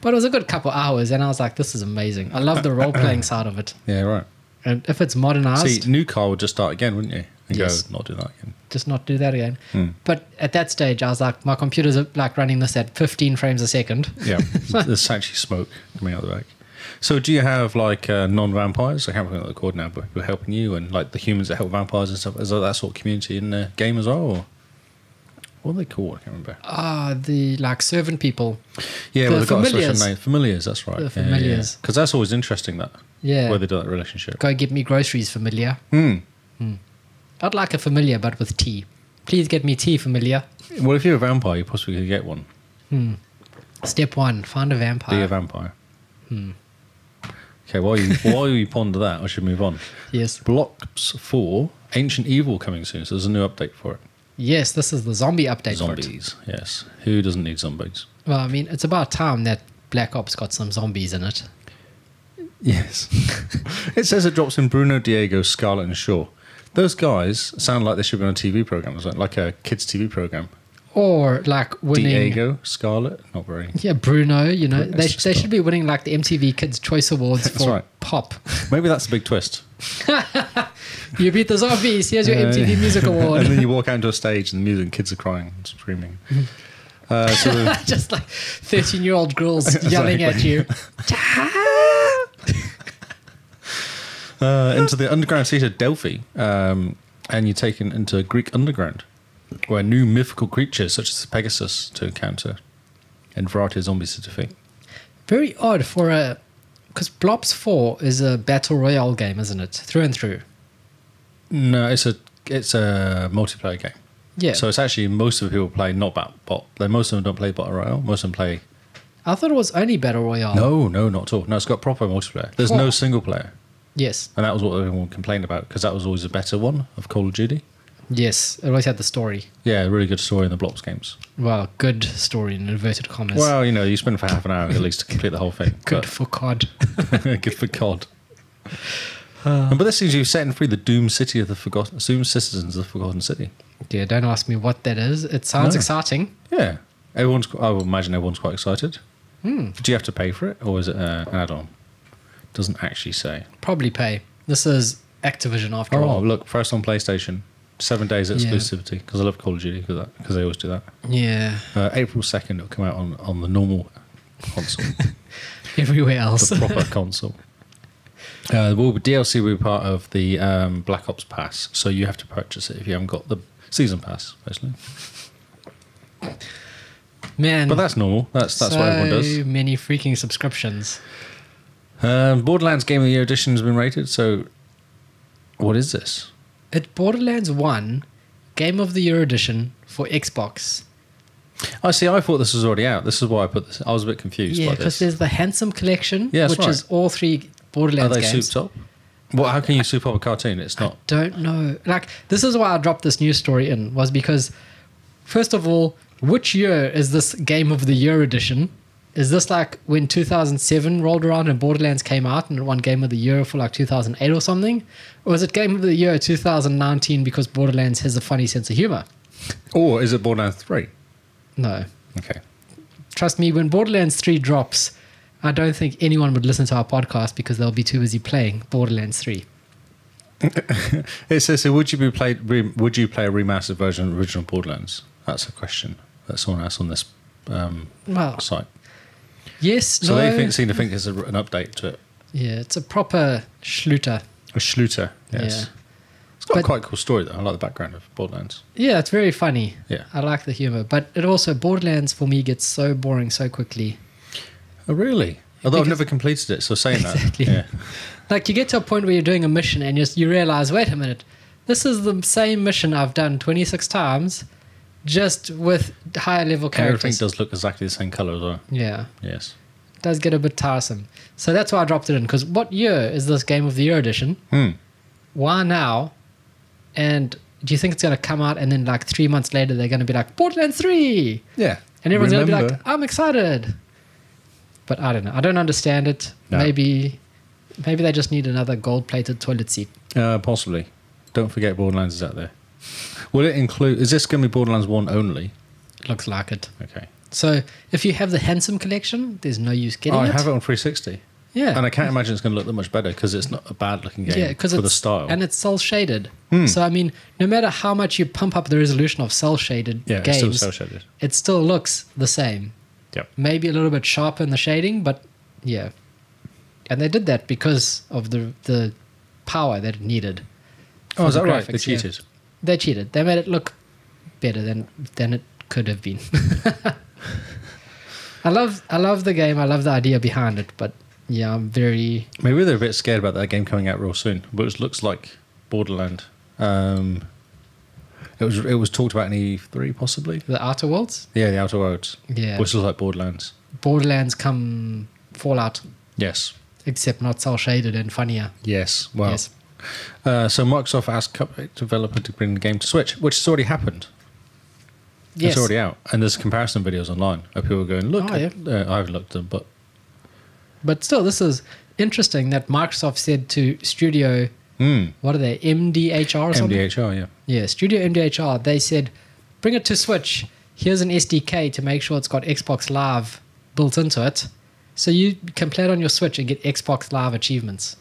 Speaker 2: But it was a good couple hours. And I was like, this is amazing. I love the role playing side of it.
Speaker 1: Yeah, right.
Speaker 2: And if it's modernized,
Speaker 1: See, new car would just start again, wouldn't you? And
Speaker 2: Yes.
Speaker 1: go, not do that again.
Speaker 2: just not do that again.
Speaker 1: Hmm.
Speaker 2: But at that stage, I was like, my computer's uh, like running this at 15 frames a second.
Speaker 1: Yeah, there's actually smoke coming out the back. So, do you have like uh, non vampires? I can't remember what they're called now, but who are helping you and like the humans that help vampires and stuff? Is there that sort of community in the game as well? Or? What are they called? I can't remember.
Speaker 2: Ah, the like servant people.
Speaker 1: Yeah,
Speaker 2: The
Speaker 1: well, they've got a special
Speaker 2: familiars.
Speaker 1: name. Familiars, that's right.
Speaker 2: The
Speaker 1: Because
Speaker 2: familiars.
Speaker 1: that's always interesting, that,
Speaker 2: Yeah.
Speaker 1: where they do that relationship.
Speaker 2: Go get me groceries, familiar.
Speaker 1: Hmm.
Speaker 2: I'd like a familiar, but with tea. Please get me tea, familiar.
Speaker 1: Well, if you're a vampire, you possibly could get one.
Speaker 2: Step one: find a vampire.
Speaker 1: Be a vampire. Hmm. Okay, while you, while you ponder that, I should move on.
Speaker 2: yes,
Speaker 1: Blocks 4, Ancient Evil coming soon, so there's a new update for it.
Speaker 2: yes. This is the zombie update. for it.
Speaker 1: Zombies, yes. Who doesn't need zombies?
Speaker 2: Well, I mean, it's about time that Black Ops got some zombies in it.
Speaker 1: Yes. it says it drops in Bruno Diego, Scarlet, and Shaw. Those guys sound like they should be on a TV program, like, like a kids' TV program.
Speaker 2: Or like winning.
Speaker 1: Diego, Scarlet, not very.
Speaker 2: Yeah, Bruno. You know,
Speaker 1: Bruno's
Speaker 2: they,
Speaker 1: just
Speaker 2: they
Speaker 1: got-
Speaker 2: should be winning like the MTV Kids Choice Awards
Speaker 1: That's
Speaker 2: for
Speaker 1: right.
Speaker 2: pop.
Speaker 1: Maybe that's the big twist.
Speaker 2: You beat the zombies. Here's your
Speaker 1: Yeah.
Speaker 2: MTV Music
Speaker 1: and
Speaker 2: Award.
Speaker 1: then you walk out into a stage and the music, and kids are crying and screaming. Uh, so,
Speaker 2: Just like thirteen-year-old girls yelling at you.
Speaker 1: uh, into the underground city of Delphi, um, and you're taken into Greek underground, where new mythical creatures such as Pegasus to encounter, and variety of zombies to defeat.
Speaker 2: Very odd for a. Because Blobs 4 is a battle royale game, isn't it? Through and through.
Speaker 1: No, it's a it's a multiplayer game.
Speaker 2: Yeah.
Speaker 1: So it's actually most of the people play not bat bot. Like most of them don't play bot royale. Most of them play
Speaker 2: I thought it was only battle royale.
Speaker 1: no, no, not at all. No, it's got proper multiplayer. There's no
Speaker 2: Oh.
Speaker 1: single player.
Speaker 2: Yes.
Speaker 1: And that was what everyone complained about because that was always a better one of Call of Duty.
Speaker 2: Yes. It always had the story.
Speaker 1: Yeah, really good story in the blocks games.
Speaker 2: Well, good story in inverted commas.
Speaker 1: Well, uh, you know, you spend for half an hour at least to complete the whole thing.
Speaker 2: good for COD.
Speaker 1: But, good for God. but this seems you're setting free the doomed city of the forgotten, doomed citizens of the forgotten city.
Speaker 2: yeah, don't ask me what that is. It sounds
Speaker 1: No.
Speaker 2: exciting.
Speaker 1: Yeah, everyone's. I would imagine everyone's quite excited. Do you have to pay for it, or is it uh, an add-on? Doesn't actually say.
Speaker 2: Probably pay. This is Activision after
Speaker 1: Oh,
Speaker 2: all.
Speaker 1: look, first on PlayStation, seven days
Speaker 2: Yeah.
Speaker 1: exclusivity because I love Call of Duty because they always do that.
Speaker 2: Yeah.
Speaker 1: Uh, April second, it'll come out on on the normal console.
Speaker 2: Everywhere else.
Speaker 1: the proper console. Uh, will be DLC will be part of the um, Black Ops Pass, so you have to purchase it if you haven't got the season pass, basically.
Speaker 2: Man,
Speaker 1: But that's normal. That's that's
Speaker 2: so
Speaker 1: what everyone does.
Speaker 2: many freaking subscriptions.
Speaker 1: Um, Borderlands Game of the Year edition has been rated. So, what is this?
Speaker 2: At Borderlands 1, Game of the Year edition for Xbox.
Speaker 1: I Oh, see. I thought this was already out. This is why I put this. I was a bit confused
Speaker 2: yeah,
Speaker 1: by
Speaker 2: because
Speaker 1: this.
Speaker 2: there's the Handsome Collection,
Speaker 1: Yeah, that's
Speaker 2: which
Speaker 1: right.
Speaker 2: is all three
Speaker 1: Are
Speaker 2: Borderlands
Speaker 1: they
Speaker 2: games.
Speaker 1: souped up? Well, how can you soup up a cartoon? It's not.
Speaker 2: Don't know. Like this is why I dropped this news story in was because, first of all, which year is this Game of the Year edition? Is this like when 2007 rolled around and Borderlands came out and it won Game of the Year for like 2008 or something? Or is it Game of the Year 2019 because Borderlands has a funny sense of humor?
Speaker 1: Or is it Borderlands Three?
Speaker 2: No.
Speaker 1: Okay.
Speaker 2: Trust me, when Borderlands 3 drops, I don't think anyone would listen to our podcast because they'll be too busy playing Borderlands 3.
Speaker 1: It says, so would you be played? Re, would you play a remastered version of the original Borderlands? That's a question that someone asked on this um,
Speaker 2: Well,
Speaker 1: site.
Speaker 2: yes,
Speaker 1: So
Speaker 2: no.
Speaker 1: they think, seem to think it's a, an update to it.
Speaker 2: yeah, it's a proper schluter.
Speaker 1: A Schluter, yes.
Speaker 2: Yeah.
Speaker 1: It's got
Speaker 2: But-
Speaker 1: a quite cool story though. I like the background of Borderlands.
Speaker 2: Yeah, it's very funny.
Speaker 1: Yeah.
Speaker 2: I like the humor, but it also Borderlands for me gets so boring so quickly.
Speaker 1: Oh, really? Although I've
Speaker 2: Because-
Speaker 1: never completed it, so saying
Speaker 2: Exactly.
Speaker 1: that,
Speaker 2: Like you get to a point where you're doing a mission and you, you realize, wait a minute, this is the same mission I've done 26 times, just with higher level
Speaker 1: yeah, everything
Speaker 2: characters.
Speaker 1: does look exactly the same color as well.
Speaker 2: yeah,
Speaker 1: Yes.
Speaker 2: it does get a bit tiresome. So that's why I dropped it in because what year is this Game of the Year edition?
Speaker 1: Hmm.
Speaker 2: Why now? And do you think it's going to come out and then like three months later they're going to be like Borderlands 3?
Speaker 1: Yeah.
Speaker 2: And everyone's going to be like,
Speaker 1: Remember-
Speaker 2: I'm excited. But I don't know. I don't understand it.
Speaker 1: No.
Speaker 2: Maybe maybe they just need another gold plated toilet seat.
Speaker 1: uh, possibly. Don't forget Borderlands is out there. Will it include? Is this going to be Borderlands One only?
Speaker 2: Looks like it.
Speaker 1: Okay.
Speaker 2: So if you have the handsome collection, there's no use getting
Speaker 1: Oh, I
Speaker 2: it.
Speaker 1: have it on 360,
Speaker 2: Yeah.
Speaker 1: and I can't imagine it's going to look that much better because it's not a bad looking game.
Speaker 2: yeah,
Speaker 1: for
Speaker 2: because
Speaker 1: the
Speaker 2: it's
Speaker 1: style. Hmm.
Speaker 2: and it's cell shaded. So I mean, no matter how much you pump up the resolution of cell shaded
Speaker 1: yeah, it's
Speaker 2: games,
Speaker 1: still cel shaded.
Speaker 2: it still looks the same.
Speaker 1: Yep.
Speaker 2: Maybe a little bit sharper in the shading, but yeah. And they did that because of the the power that it needed.
Speaker 1: Oh,
Speaker 2: for
Speaker 1: is
Speaker 2: the
Speaker 1: that right? They
Speaker 2: graphics, yeah.
Speaker 1: cheated.
Speaker 2: They cheated. They made it look better than than it could have been. I love I love the game. I love the idea behind it, but yeah, I'm very
Speaker 1: Maybe they're a bit scared about that game coming out real soon, but it looks like Borderland. Um, it was it was talked about in E three possibly.
Speaker 2: the Outer Worlds.
Speaker 1: Yeah, the Outer Worlds,
Speaker 2: Yeah,
Speaker 1: which is like Borderlands.
Speaker 2: Borderlands come Fallout,
Speaker 1: Yes,
Speaker 2: except not cell shaded and funnier.
Speaker 1: yes, wow.
Speaker 2: Yes,
Speaker 1: Uh, so Microsoft asked Cuphead developer to bring the game to Switch, which has already happened.
Speaker 2: yes.
Speaker 1: It's already out, and there's comparison videos online of people going, "Look,
Speaker 2: Oh, yeah.
Speaker 1: uh, I haven't looked at them, but
Speaker 2: But still, this is interesting that Microsoft said to Studio,
Speaker 1: mm,
Speaker 2: what are they, MDHR or something?
Speaker 1: MDHR, yeah,
Speaker 2: Yeah, Studio MDHR, they said, bring it to Switch. Here's an SDK to make sure it's got Xbox Live built into it. So you can play it on your Switch and get Xbox Live achievements.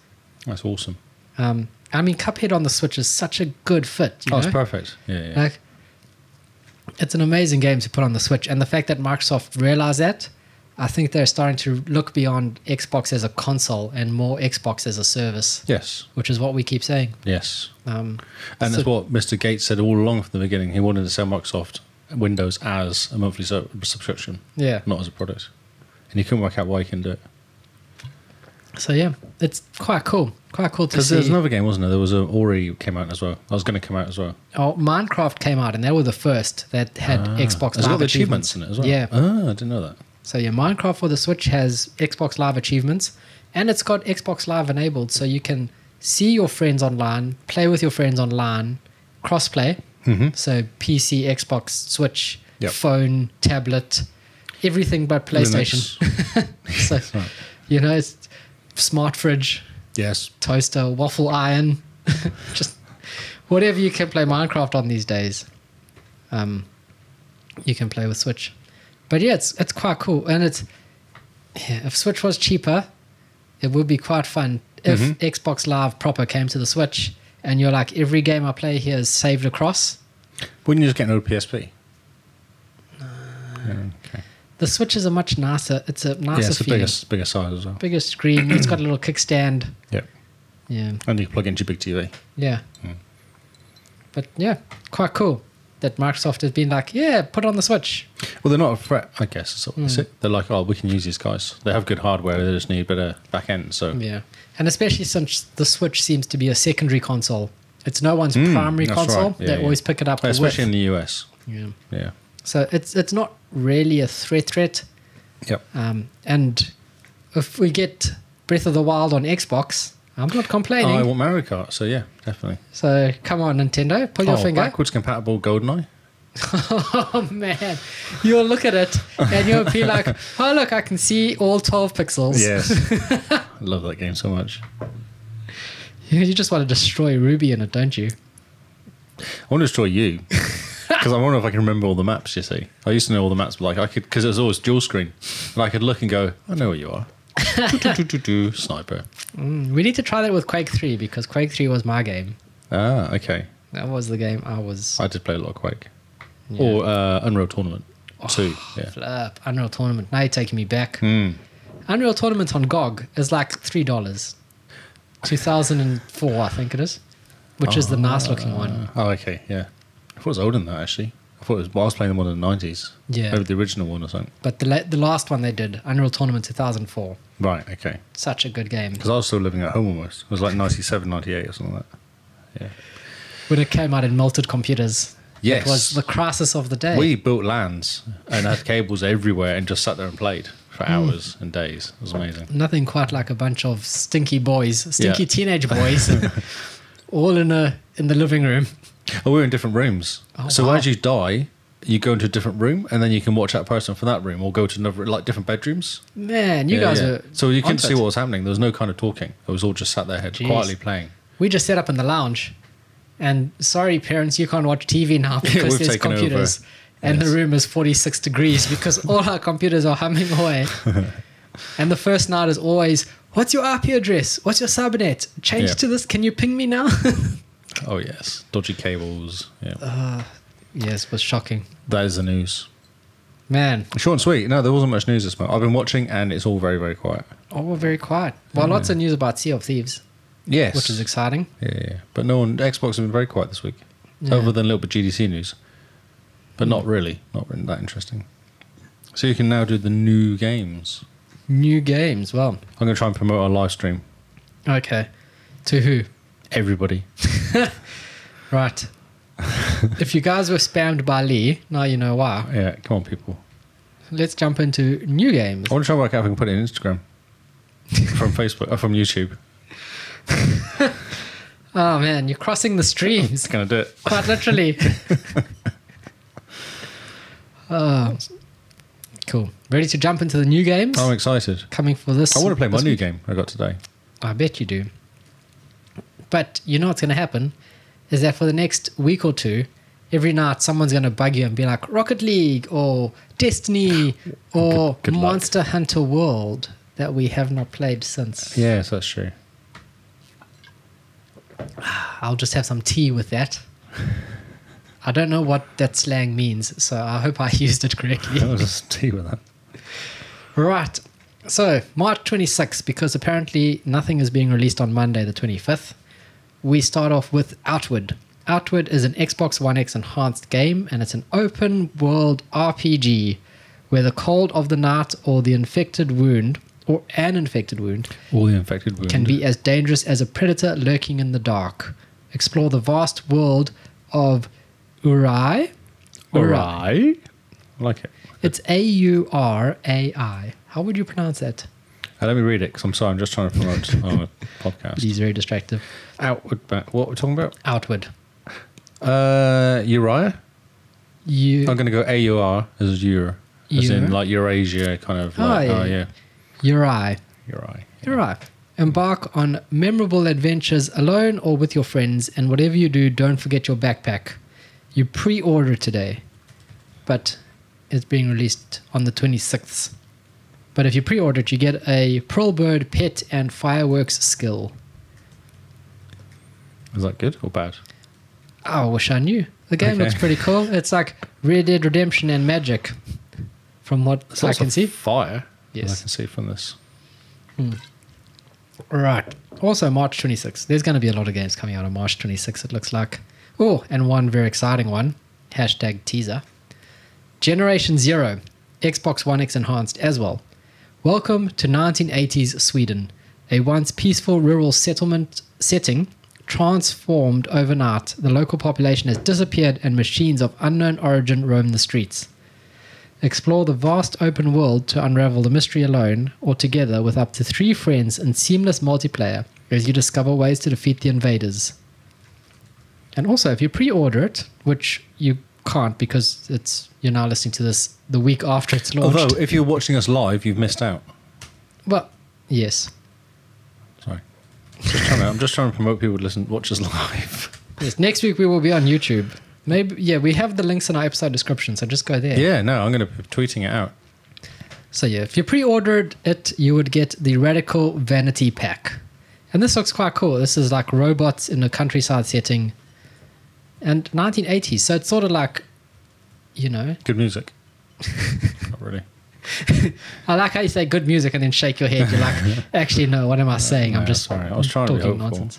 Speaker 1: that's awesome.
Speaker 2: Um, I mean, Cuphead on the Switch is such a good fit. You
Speaker 1: Oh,
Speaker 2: know?
Speaker 1: it's perfect. Uh, Yeah, yeah.
Speaker 2: Like, it's an amazing game to put on the Switch, and the fact that Microsoft realized that, I think they're starting to look beyond Xbox as a console and more Xbox as a service,
Speaker 1: yes,
Speaker 2: which is what we keep saying.
Speaker 1: yes.
Speaker 2: Um,
Speaker 1: And
Speaker 2: So-
Speaker 1: that's what Mr. Gates said all along from the beginning. He wanted to sell Microsoft Windows as a monthly so- subscription,
Speaker 2: yeah.
Speaker 1: not as a product. And he couldn't work out why he can do it.
Speaker 2: So yeah, it's quite cool. Quite cool to
Speaker 1: Because there was
Speaker 2: see.
Speaker 1: another game, wasn't there? There was a Ori came out as well. That was going to come out as well.
Speaker 2: oh, Minecraft came out, and they were the first that had
Speaker 1: Ah.
Speaker 2: Xbox
Speaker 1: It's got
Speaker 2: Live
Speaker 1: the
Speaker 2: achievements.
Speaker 1: achievements in it as well.
Speaker 2: Yeah.
Speaker 1: Ah, I didn't know that.
Speaker 2: So yeah, Minecraft for the Switch has Xbox Live achievements, and it's got Xbox Live enabled, so you can see your friends online, play with your friends online, crossplay.
Speaker 1: Mm-hmm.
Speaker 2: So PC, Xbox, Switch,
Speaker 1: Yep.
Speaker 2: phone, tablet, everything but PlayStation. so
Speaker 1: right.
Speaker 2: you know, it's smart fridge,
Speaker 1: Yes.
Speaker 2: toaster, waffle iron, just whatever you can play Minecraft on these days. Um, you can play with Switch, but yeah, it's it's quite cool, and it's yeah, if Switch was cheaper, it would be quite fun if
Speaker 1: Mhm.
Speaker 2: Xbox Live proper came to the Switch, and you're like every game I play here is saved across.
Speaker 1: Wouldn't you just get an old PSP? Yeah, okay.
Speaker 2: The Switch is a much nicer. It's a nicer
Speaker 1: Yeah, it's a
Speaker 2: feeling.
Speaker 1: bigger,
Speaker 2: Bigger,
Speaker 1: bigger size as well.
Speaker 2: screen. it's got a little kickstand.
Speaker 1: Yep.
Speaker 2: Yeah.
Speaker 1: Hmm. And you can plug it into your big TV.
Speaker 2: Yeah. But yeah, quite cool. that Microsoft has been like, yeah, put it on the Switch.
Speaker 1: Well, they're not a threat, I guess. Is
Speaker 2: Hmm.
Speaker 1: is it? They're like, oh, we can use these guys. They have good hardware. They just need better back end. So
Speaker 2: Yeah. And especially since the Switch seems to be a secondary console. It's no one's
Speaker 1: Mm,
Speaker 2: primary
Speaker 1: that's
Speaker 2: console.
Speaker 1: right. Yeah,
Speaker 2: they
Speaker 1: yeah.
Speaker 2: always pick it up. with.
Speaker 1: especially in the US.
Speaker 2: yeah.
Speaker 1: Yeah.
Speaker 2: So it's it's not really a threat threat.
Speaker 1: Yep.
Speaker 2: Um, and if we get Breath of the Wild on Xbox, I'm not complaining.
Speaker 1: Oh, I want Mario Kart. So yeah, definitely.
Speaker 2: so come on, Nintendo, pull your
Speaker 1: oh,
Speaker 2: finger.
Speaker 1: backwards compatible GoldenEye.
Speaker 2: Oh man, you'll look at it and you'll be like, "Oh look, I can see all 12 pixels."
Speaker 1: I love that game so much.
Speaker 2: You just want to destroy Ruby in it, don't you?
Speaker 1: I want to destroy you because I wonder if I can remember all the maps. You see, I used to know all the maps, but like I could because it was always dual screen, and I could look and go, I know where you are. do, do, do, do, do, sniper.
Speaker 2: Mm, We need to try that with Quake 3 because Quake 3 was my game.
Speaker 1: Ah, okay.
Speaker 2: That was the game I was.
Speaker 1: I did play a lot of Quake
Speaker 2: Yeah. Oh.
Speaker 1: or uh, Unreal Tournament two. Yeah.
Speaker 2: Flip, Unreal Tournament. Now you're taking me back.
Speaker 1: Mm.
Speaker 2: Unreal Tournament on GOG is like three dollars. 2004, I think it is, which is the nice looking one.
Speaker 1: Oh, okay. Yeah. I thought it was older than that actually. I thought it was. Well, I was playing the one in the nineties.
Speaker 2: Yeah.
Speaker 1: Maybe the original one or something.
Speaker 2: But the la- the last one they did, Unreal Tournament 2004,
Speaker 1: Right. Okay.
Speaker 2: such a good game.
Speaker 1: Because I was still living at home almost. It was like 97, 98 or something like that.
Speaker 2: When it came out in melted computers,
Speaker 1: Yes.
Speaker 2: it was the crisis of the day.
Speaker 1: We built lands and had cables everywhere and just sat there and played for
Speaker 2: Hmm.
Speaker 1: hours and days. It was amazing.
Speaker 2: Nothing quite like a bunch of stinky boys, stinky
Speaker 1: Yeah.
Speaker 2: teenage boys, all in a in the living room.
Speaker 1: Well, we were in different rooms.
Speaker 2: Oh,
Speaker 1: so
Speaker 2: wow.
Speaker 1: as you die, you go into a different room and then you can watch that person from that room or go to another, like different bedrooms.
Speaker 2: Man, you
Speaker 1: Yeah,
Speaker 2: guys
Speaker 1: yeah.
Speaker 2: were
Speaker 1: So you couldn't
Speaker 2: onto
Speaker 1: see
Speaker 2: it.
Speaker 1: what was happening. There was no kind of talking. It was all just sat there head,
Speaker 2: Jeez.
Speaker 1: quietly playing.
Speaker 2: we just set up in the lounge and sorry parents you can't watch tv now because
Speaker 1: we've
Speaker 2: there's
Speaker 1: taken over.
Speaker 2: computers and
Speaker 1: Yes.
Speaker 2: the room is 46 degrees because all our computers are humming away and the first night is always what's your ip address what's your subnet change
Speaker 1: Yeah.
Speaker 2: to this can you ping me now
Speaker 1: Oh, yes. Dodgy cables. Yeah.
Speaker 2: Uh. yes was shocking
Speaker 1: that is the news.
Speaker 2: man
Speaker 1: Short and sweet. No, there wasn't much news this month. I've been watching and it's all very, very quiet.
Speaker 2: all very quiet Oh, well lots of news about sea of thieves
Speaker 1: Yes.
Speaker 2: which is exciting
Speaker 1: Yeah, yeah, yeah. But no one. Xbox has been very quiet this week,
Speaker 2: Yeah.
Speaker 1: other than a little bit GDC news, but not really, not really that interesting. So you can now do the new games.
Speaker 2: new games well
Speaker 1: I'm going to try and promote our live stream.
Speaker 2: okay to who
Speaker 1: Everybody,
Speaker 2: right if you guys were spammed by lee now you know why
Speaker 1: yeah, come on, people.
Speaker 2: Let's jump into new games.
Speaker 1: I want to try and work out if I can put it in Instagram, from Facebook, or from YouTube.
Speaker 2: Oh man, you're crossing the streams.
Speaker 1: Going to do it.
Speaker 2: Quite literally. Oh, cool. Ready to jump into the new games?
Speaker 1: I'm excited.
Speaker 2: Coming for this.
Speaker 1: I want to play my
Speaker 2: this
Speaker 1: new
Speaker 2: week?
Speaker 1: game I got today.
Speaker 2: I bet you do. But you know what's going to happen is that for the next week or two, every night someone's going to bug you and be like Rocket League or Destiny or
Speaker 1: Good- good luck.
Speaker 2: Monster Hunter World that we have not played since.
Speaker 1: Yes, that's true.
Speaker 2: I'll just have some tea with that. I don't know what that slang means, so I hope I used it
Speaker 1: I
Speaker 2: correctly.
Speaker 1: was just tea with that.
Speaker 2: right. So, March 26th, because apparently nothing is being released on Monday, the 25th, we start off with Outward. Outward is an Xbox One X enhanced game, and it's an open world RPG where the cold of the night or the infected wound, or an infected wound,
Speaker 1: All the infected wound.
Speaker 2: can be as dangerous as a predator lurking in the dark. Explore the vast world of Urai.
Speaker 1: alright. I like it.
Speaker 2: It's A U R A I. How would you pronounce that?
Speaker 1: Uh, let me read it because I'm sorry. I'm just trying to promote our podcast.
Speaker 2: He's very distractive.
Speaker 1: Outward back. What we're talking about?
Speaker 2: Outward.
Speaker 1: Uh, Uriah.
Speaker 2: You.
Speaker 1: I'm going to go AUR as Euro, Oh, as in
Speaker 2: Euro?
Speaker 1: like Eurasia, kind of.
Speaker 2: Oh,
Speaker 1: Like,
Speaker 2: yeah,
Speaker 1: oh
Speaker 2: yeah.
Speaker 1: yeah,
Speaker 2: Urai.
Speaker 1: Uriah.
Speaker 2: Urai. Embark on memorable adventures alone or with your friends, and whatever you do, don't forget your backpack. You pre order today, but it's being released on the 26th. But if you pre order it, you get a Pearl Bird pet and fireworks skill.
Speaker 1: Is that good or bad?
Speaker 2: Oh, I wish I knew. The game
Speaker 1: Okay.
Speaker 2: looks pretty cool. It's like Red Dead Redemption and Magic, from what
Speaker 1: There's
Speaker 2: I
Speaker 1: lots
Speaker 2: can
Speaker 1: of
Speaker 2: see.
Speaker 1: fire. Yes, I
Speaker 2: Yes.
Speaker 1: can see from this.
Speaker 2: Right. Also, March 26th. There's going to be a lot of games coming out on March 26th, it looks like. Oh, and one very exciting one hashtag teaser. Generation Zero, Xbox One X enhanced as well. Welcome to 1980s Sweden, a once peaceful rural settlement setting transformed overnight. The local population has disappeared and machines of unknown origin roam the streets. Explore the vast open world to unravel the mystery alone or together with up to three friends in seamless multiplayer as you discover ways to defeat the invaders. And also, if you pre order it, which you can't because it's you're now listening to this the week after it's launched.
Speaker 1: Although, if you're watching us live, you've missed out.
Speaker 2: well, yes.
Speaker 1: Sorry. Just trying to- I'm just trying to promote people to listen, watch us live.
Speaker 2: Yes, next week we will be on YouTube. Maybe yeah, we have the links in our episode description, so just go there.
Speaker 1: Yeah, no, I'm going to be tweeting it out.
Speaker 2: So yeah, if you pre-ordered it, you would get the Radical Vanity Pack, and this looks quite cool. This is like robots in a countryside setting, and 1980s. So it's sort of like, you know,
Speaker 1: Good music. Not really.
Speaker 2: I like how you say good music and then shake your head. You're like, actually, no. What am I saying? I'm
Speaker 1: No,
Speaker 2: just
Speaker 1: sorry. I was trying to be hopeful.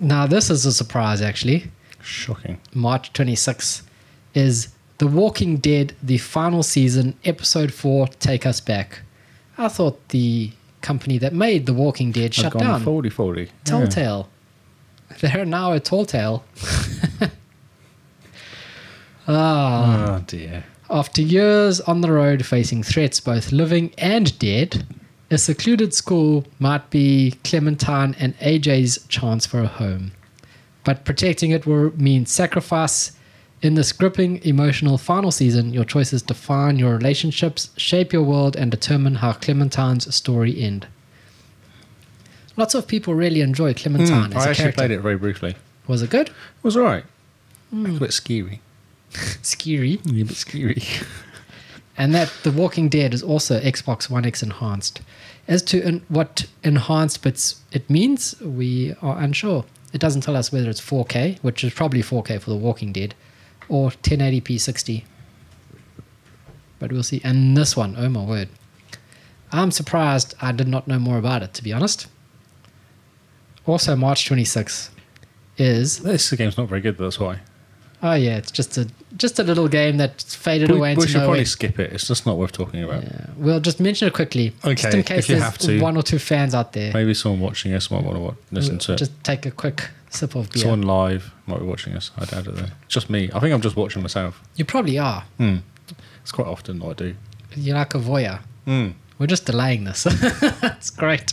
Speaker 2: Now this is a surprise, actually.
Speaker 1: Shocking.
Speaker 2: March 26th is The Walking Dead, the final season, episode 4, Take Us Back. I thought the company that made The Walking Dead
Speaker 1: I've
Speaker 2: shut
Speaker 1: gone
Speaker 2: down.
Speaker 1: 40 40.
Speaker 2: Telltale. They're now a tall tale. ah,
Speaker 1: Oh, dear.
Speaker 2: after years on the road facing threats both living and dead, a secluded school might be Clementine and AJ's chance for a home. But protecting it will mean sacrifice. In this gripping, emotional final season, your choices define your relationships, shape your world, and determine how Clementine's story end. Lots of people really enjoy
Speaker 1: Hmm,
Speaker 2: Clementine as
Speaker 1: I
Speaker 2: a
Speaker 1: actually
Speaker 2: character.
Speaker 1: played it very briefly. It
Speaker 2: Was it good?
Speaker 1: was all right. A
Speaker 2: Hmm.
Speaker 1: little bit scary.
Speaker 2: Scary.
Speaker 1: A little bit scary.
Speaker 2: and that The Walking Dead is also Xbox One X enhanced. As to en- what enhanced bits it means, we are unsure. It doesn't tell us whether it's 4K, which is probably 4K for The Walking Dead, or 1080p 60. But we'll see. And this one, oh my word. I'm surprised I did not know more about it, to be honest. Also, March 26th is.
Speaker 1: this game's not very good, that's why.
Speaker 2: Oh, yeah, it's just a just a little game that faded
Speaker 1: We,
Speaker 2: away
Speaker 1: we
Speaker 2: into
Speaker 1: should
Speaker 2: nowhere.
Speaker 1: probably skip it. It's just not worth talking about.
Speaker 2: Yeah, we'll just mention it quickly, just
Speaker 1: Okay,
Speaker 2: in
Speaker 1: if
Speaker 2: case
Speaker 1: you
Speaker 2: there's
Speaker 1: have to.
Speaker 2: one or two fans out there.
Speaker 1: Maybe someone watching us might want to watch, listen to it.
Speaker 2: Just take a quick sip of beer.
Speaker 1: Someone live might be watching us. I doubt it though. It's Just me. I think I'm just watching myself.
Speaker 2: You probably are.
Speaker 1: Hmm. It's quite often what I do.
Speaker 2: You're like a voyeur.
Speaker 1: Hmm.
Speaker 2: We're just delaying this. That's great.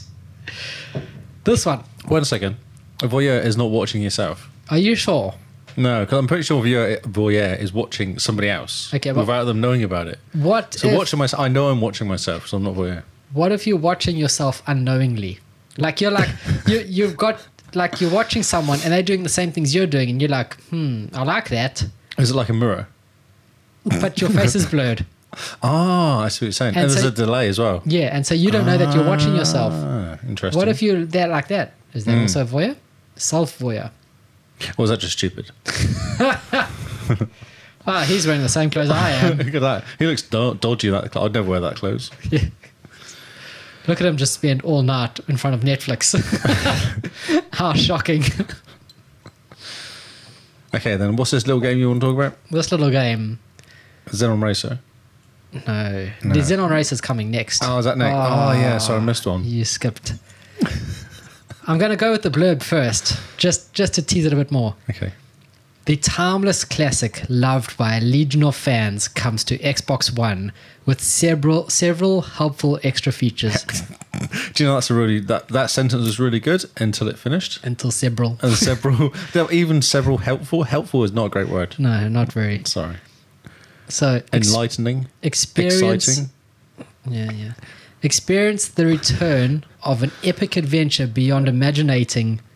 Speaker 2: This one.
Speaker 1: Wait a second. A voyeur is not watching yourself.
Speaker 2: Are you sure?
Speaker 1: No, because I'm pretty sure voyeur, voyeur is watching somebody else
Speaker 2: Okay, well-
Speaker 1: without them knowing about it.
Speaker 2: What,
Speaker 1: So
Speaker 2: if,
Speaker 1: watching myself, I know I'm watching myself, so I'm not voyeur.
Speaker 2: what if you're watching yourself unknowingly? Like you're like, you, you've got, like you're watching someone and they're doing the same things you're doing and you're like, hmm, I like that.
Speaker 1: Is it like a mirror?
Speaker 2: But your face is blurred.
Speaker 1: Ah, I see what you're saying. And,
Speaker 2: And
Speaker 1: there's
Speaker 2: so-
Speaker 1: a delay as well.
Speaker 2: Yeah. And so you don't know that you're watching yourself.
Speaker 1: Ah, interesting.
Speaker 2: What if you're there like that? Is
Speaker 1: Hmm.
Speaker 2: that also voyeur? Self voyeur.
Speaker 1: Or is that just stupid?
Speaker 2: Ah, he's wearing the same clothes I am.
Speaker 1: Look at that. He looks do- dodgy. in That cl- I'd never wear that clothes.
Speaker 2: Look at him just spend all night in front of Netflix. How shocking.
Speaker 1: Okay, then what's this little game you want to talk about?
Speaker 2: this little game.
Speaker 1: Xenon Racer.
Speaker 2: No.
Speaker 1: No.
Speaker 2: The Xenon Race is coming next. Ah,
Speaker 1: Oh, is that next? Oh, yeah, sorry, I missed one.
Speaker 2: You skipped. I'm going to go with the blurb first, just just to tease it a bit more.
Speaker 1: Okay.
Speaker 2: The timeless classic, loved by a legion of fans, comes to Xbox One with several several helpful extra features.
Speaker 1: Do you know that's a really that that sentence was really good until it finished.
Speaker 2: Until several.
Speaker 1: And several, there were even several helpful. Helpful is not a great word.
Speaker 2: No, not very.
Speaker 1: Sorry.
Speaker 2: So ex-
Speaker 1: Enlightening,
Speaker 2: experience.
Speaker 1: exciting.
Speaker 2: Yeah, yeah. Experience the return of an epic adventure beyond imaginating.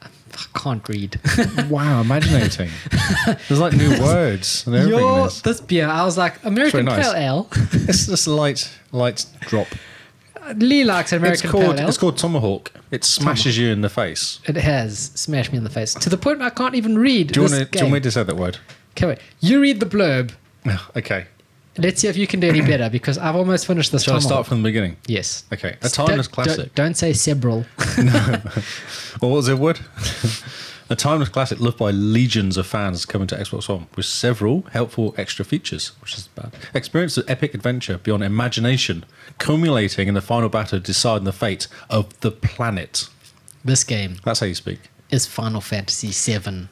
Speaker 2: I can't read.
Speaker 1: wow, imaginating. There's like new words and everything. in
Speaker 2: Your,
Speaker 1: this.
Speaker 2: this beer, I was like American
Speaker 1: nice.
Speaker 2: Pale Ale.
Speaker 1: It's just a light, light drop.
Speaker 2: Lee likes American
Speaker 1: it's called
Speaker 2: Pale Ale.
Speaker 1: it's called tomahawk. It smashes you in the face.
Speaker 2: it has smashed me in the face to the point I can't even read.
Speaker 1: Do you,
Speaker 2: this
Speaker 1: want to, do you
Speaker 2: game.
Speaker 1: want me to say that word?
Speaker 2: Okay, wait. You read the blurb.
Speaker 1: okay.
Speaker 2: Let's see if you can do any better because I've almost finished this.
Speaker 1: Shall I
Speaker 2: tomahawk.
Speaker 1: start from the beginning?
Speaker 2: Yes.
Speaker 1: Okay. A
Speaker 2: Don't-
Speaker 1: timeless
Speaker 2: don't-
Speaker 1: classic.
Speaker 2: Don't, say several.
Speaker 1: Well, what was it, Wood? A timeless classic loved by legions of fans coming to Xbox One with several helpful extra features, which is bad. Experience of epic adventure beyond imagination, culminating in the final battle deciding the fate of the planet.
Speaker 2: This game
Speaker 1: That's how you speak.
Speaker 2: is Final Fantasy VII.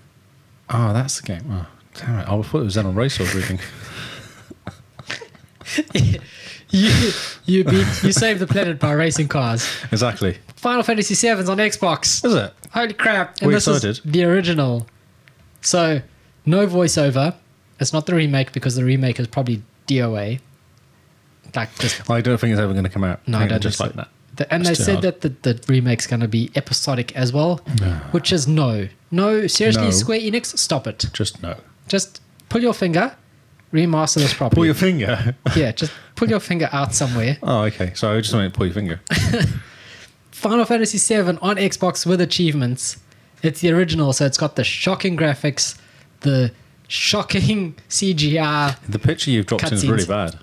Speaker 1: Oh, that's the game. Oh, damn it. I thought it was Xenon Race I was reading.
Speaker 2: you you beat you save the planet by racing cars.
Speaker 1: exactly.
Speaker 2: Final Fantasy VII's on Xbox.
Speaker 1: Is it?
Speaker 2: Holy crap! And
Speaker 1: We're
Speaker 2: this is
Speaker 1: excited.
Speaker 2: the original. So no voiceover. It's not the remake because the remake is probably DOA. Like just
Speaker 1: I don't think it's ever going to come out.
Speaker 2: No,
Speaker 1: I
Speaker 2: I
Speaker 1: think
Speaker 2: don't
Speaker 1: just
Speaker 2: think
Speaker 1: like
Speaker 2: so.
Speaker 1: that.
Speaker 2: the, and they
Speaker 1: That's too
Speaker 2: said
Speaker 1: hard.
Speaker 2: that the, the remake's going to be episodic as well, which is no, no. Seriously,
Speaker 1: No.
Speaker 2: Square Enix, stop it.
Speaker 1: Just no.
Speaker 2: Just pull your finger, remaster this properly.
Speaker 1: Pull your finger.
Speaker 2: yeah, just pull your finger out somewhere.
Speaker 1: oh, okay. So I just meant pull your finger.
Speaker 2: Final Fantasy VII on Xbox with achievements. It's the original, so it's got the shocking graphics, the shocking CGI.
Speaker 1: The picture you've dropped in is
Speaker 2: Cutscenes.
Speaker 1: really bad.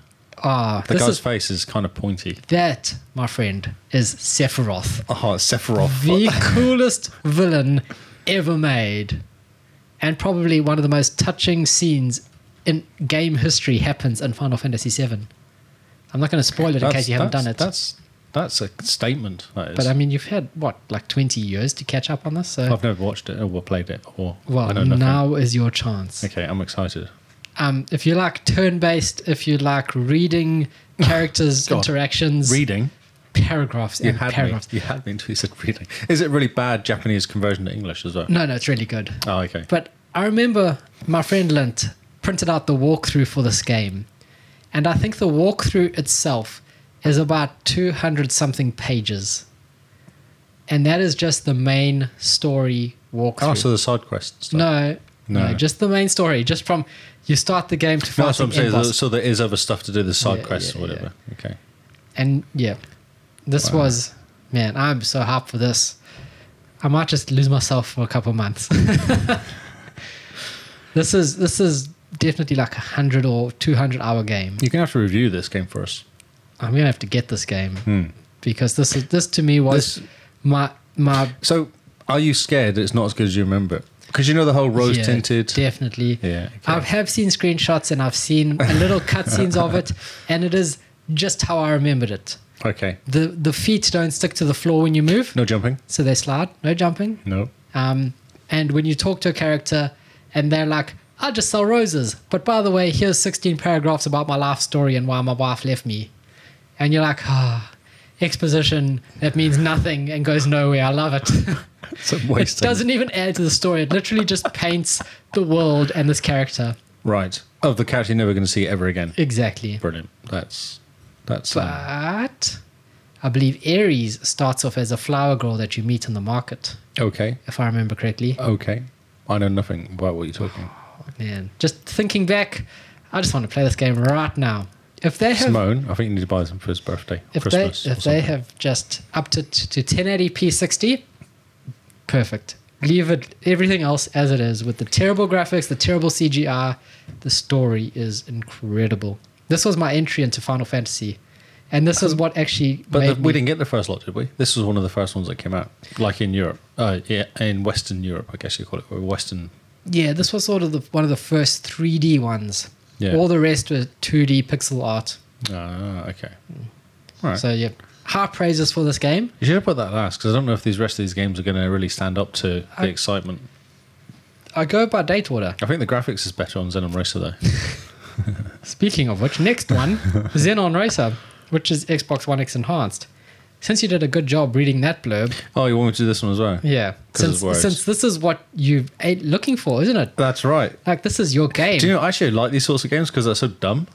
Speaker 2: Ah,
Speaker 1: The
Speaker 2: this
Speaker 1: guy's
Speaker 2: is
Speaker 1: face is kind of pointy.
Speaker 2: that, my friend, is Sephiroth,
Speaker 1: Oh, it's Sephiroth.
Speaker 2: the coolest villain ever made, and probably one of the most touching scenes in game history happens in Final Fantasy VII. I'm not going to spoil it in case you haven't done
Speaker 1: that's-
Speaker 2: it.
Speaker 1: That's that's a statement. That is.
Speaker 2: but I mean, you've had what, like 20 years to catch up on this. So,
Speaker 1: I've never watched it or played it or I
Speaker 2: well,
Speaker 1: know nothing.
Speaker 2: now is your chance.
Speaker 1: Okay, I'm excited.
Speaker 2: um, if you like turn based, if you like reading characters'
Speaker 1: God.
Speaker 2: interactions,
Speaker 1: Reading.
Speaker 2: paragraphs
Speaker 1: You
Speaker 2: and
Speaker 1: had me.
Speaker 2: paragraphs.
Speaker 1: You had me until you said reading. Is it really bad Japanese conversion to English as well?
Speaker 2: No, no, it's really good.
Speaker 1: Oh, okay.
Speaker 2: But I remember my friend Lint printed out the walkthrough for this game, and I think the walkthrough itself is about 200 something pages. And that is just the main story walkthrough.
Speaker 1: Oh, so the side quests. stuff.
Speaker 2: no, no,
Speaker 1: No.
Speaker 2: just the main story, just from you start the game to
Speaker 1: No, that's what
Speaker 2: fighting
Speaker 1: I'm saying.
Speaker 2: end boss.
Speaker 1: So there is other stuff to do, the side
Speaker 2: Yeah,
Speaker 1: quests
Speaker 2: yeah,
Speaker 1: or whatever. Okay.
Speaker 2: And yeah, this
Speaker 1: Wow.
Speaker 2: was, man, I'm so hyped for this. I might just lose myself for a couple months. this is this is definitely like a hundred or two hundred hour game.
Speaker 1: You're gonna have to review this game for us.
Speaker 2: I'm gonna have to get this game because this is this to me was
Speaker 1: Hmm. This-
Speaker 2: my my
Speaker 1: So are you scared it's not as good as you remember it? Because you know the whole rose
Speaker 2: yeah,
Speaker 1: tinted.
Speaker 2: Definitely.
Speaker 1: Yeah, okay.
Speaker 2: I have seen screenshots and I've seen little cutscenes of it, and it is just how I remembered it.
Speaker 1: Okay.
Speaker 2: The the feet don't stick to the floor when you move,
Speaker 1: No jumping.
Speaker 2: so they slide. No jumping.
Speaker 1: No.
Speaker 2: Um, and when you talk to a character and they're like, I just sell roses. But by the way, here's 16 paragraphs about my life story and why my wife left me. And you're like, ah, exposition that means nothing and goes nowhere. I love it.
Speaker 1: It's a
Speaker 2: it
Speaker 1: waste.
Speaker 2: doesn't even add to the story. It literally just paints the world and this character.
Speaker 1: Right. Of the character you're never going to see ever again.
Speaker 2: Exactly.
Speaker 1: Brilliant. That's that's um,
Speaker 2: But I believe Ares starts off as a flower girl that you meet in the market,
Speaker 1: okay.
Speaker 2: if I remember correctly.
Speaker 1: Okay. I know nothing about what you're talking.
Speaker 2: Man, just thinking back, I just want to play this game right now. If they have,
Speaker 1: Simone, I think you need to buy them for his birthday.
Speaker 2: if
Speaker 1: Christmas.
Speaker 2: they,
Speaker 1: or
Speaker 2: if they
Speaker 1: something.
Speaker 2: have just upped it to 1080p 60, perfect. Leave it everything else as it is with the terrible graphics, the terrible CGI. The story is incredible. This was my entry into Final Fantasy, and this is what actually
Speaker 1: but
Speaker 2: made
Speaker 1: the, we
Speaker 2: me-
Speaker 1: didn't get the first lot, did we? This was one of the first ones that came out, like in Europe. Uh, yeah, in Western Europe, I guess you call it, or Western.
Speaker 2: yeah, this was sort of the, one of the first 3D ones.
Speaker 1: Yeah.
Speaker 2: All the rest were 2D pixel art.
Speaker 1: Ah, okay. All right.
Speaker 2: So yeah, high praises for this game.
Speaker 1: you should have put that last because I don't know if these rest of these games are going to really stand up to
Speaker 2: I-
Speaker 1: the excitement.
Speaker 2: I go by date order.
Speaker 1: I think the graphics is better on Xenon Racer though.
Speaker 2: Speaking of which, next one, Xenon Racer, which is Xbox One X enhanced. Since you did a good job reading that blurb,
Speaker 1: oh, you want me to do this one as well?
Speaker 2: yeah.
Speaker 1: 'Cause
Speaker 2: Since
Speaker 1: it's words.
Speaker 2: since this is what you're looking for, isn't it?
Speaker 1: That's right.
Speaker 2: Like this is your game.
Speaker 1: Do you know, I actually like these sorts of games because they're so dumb.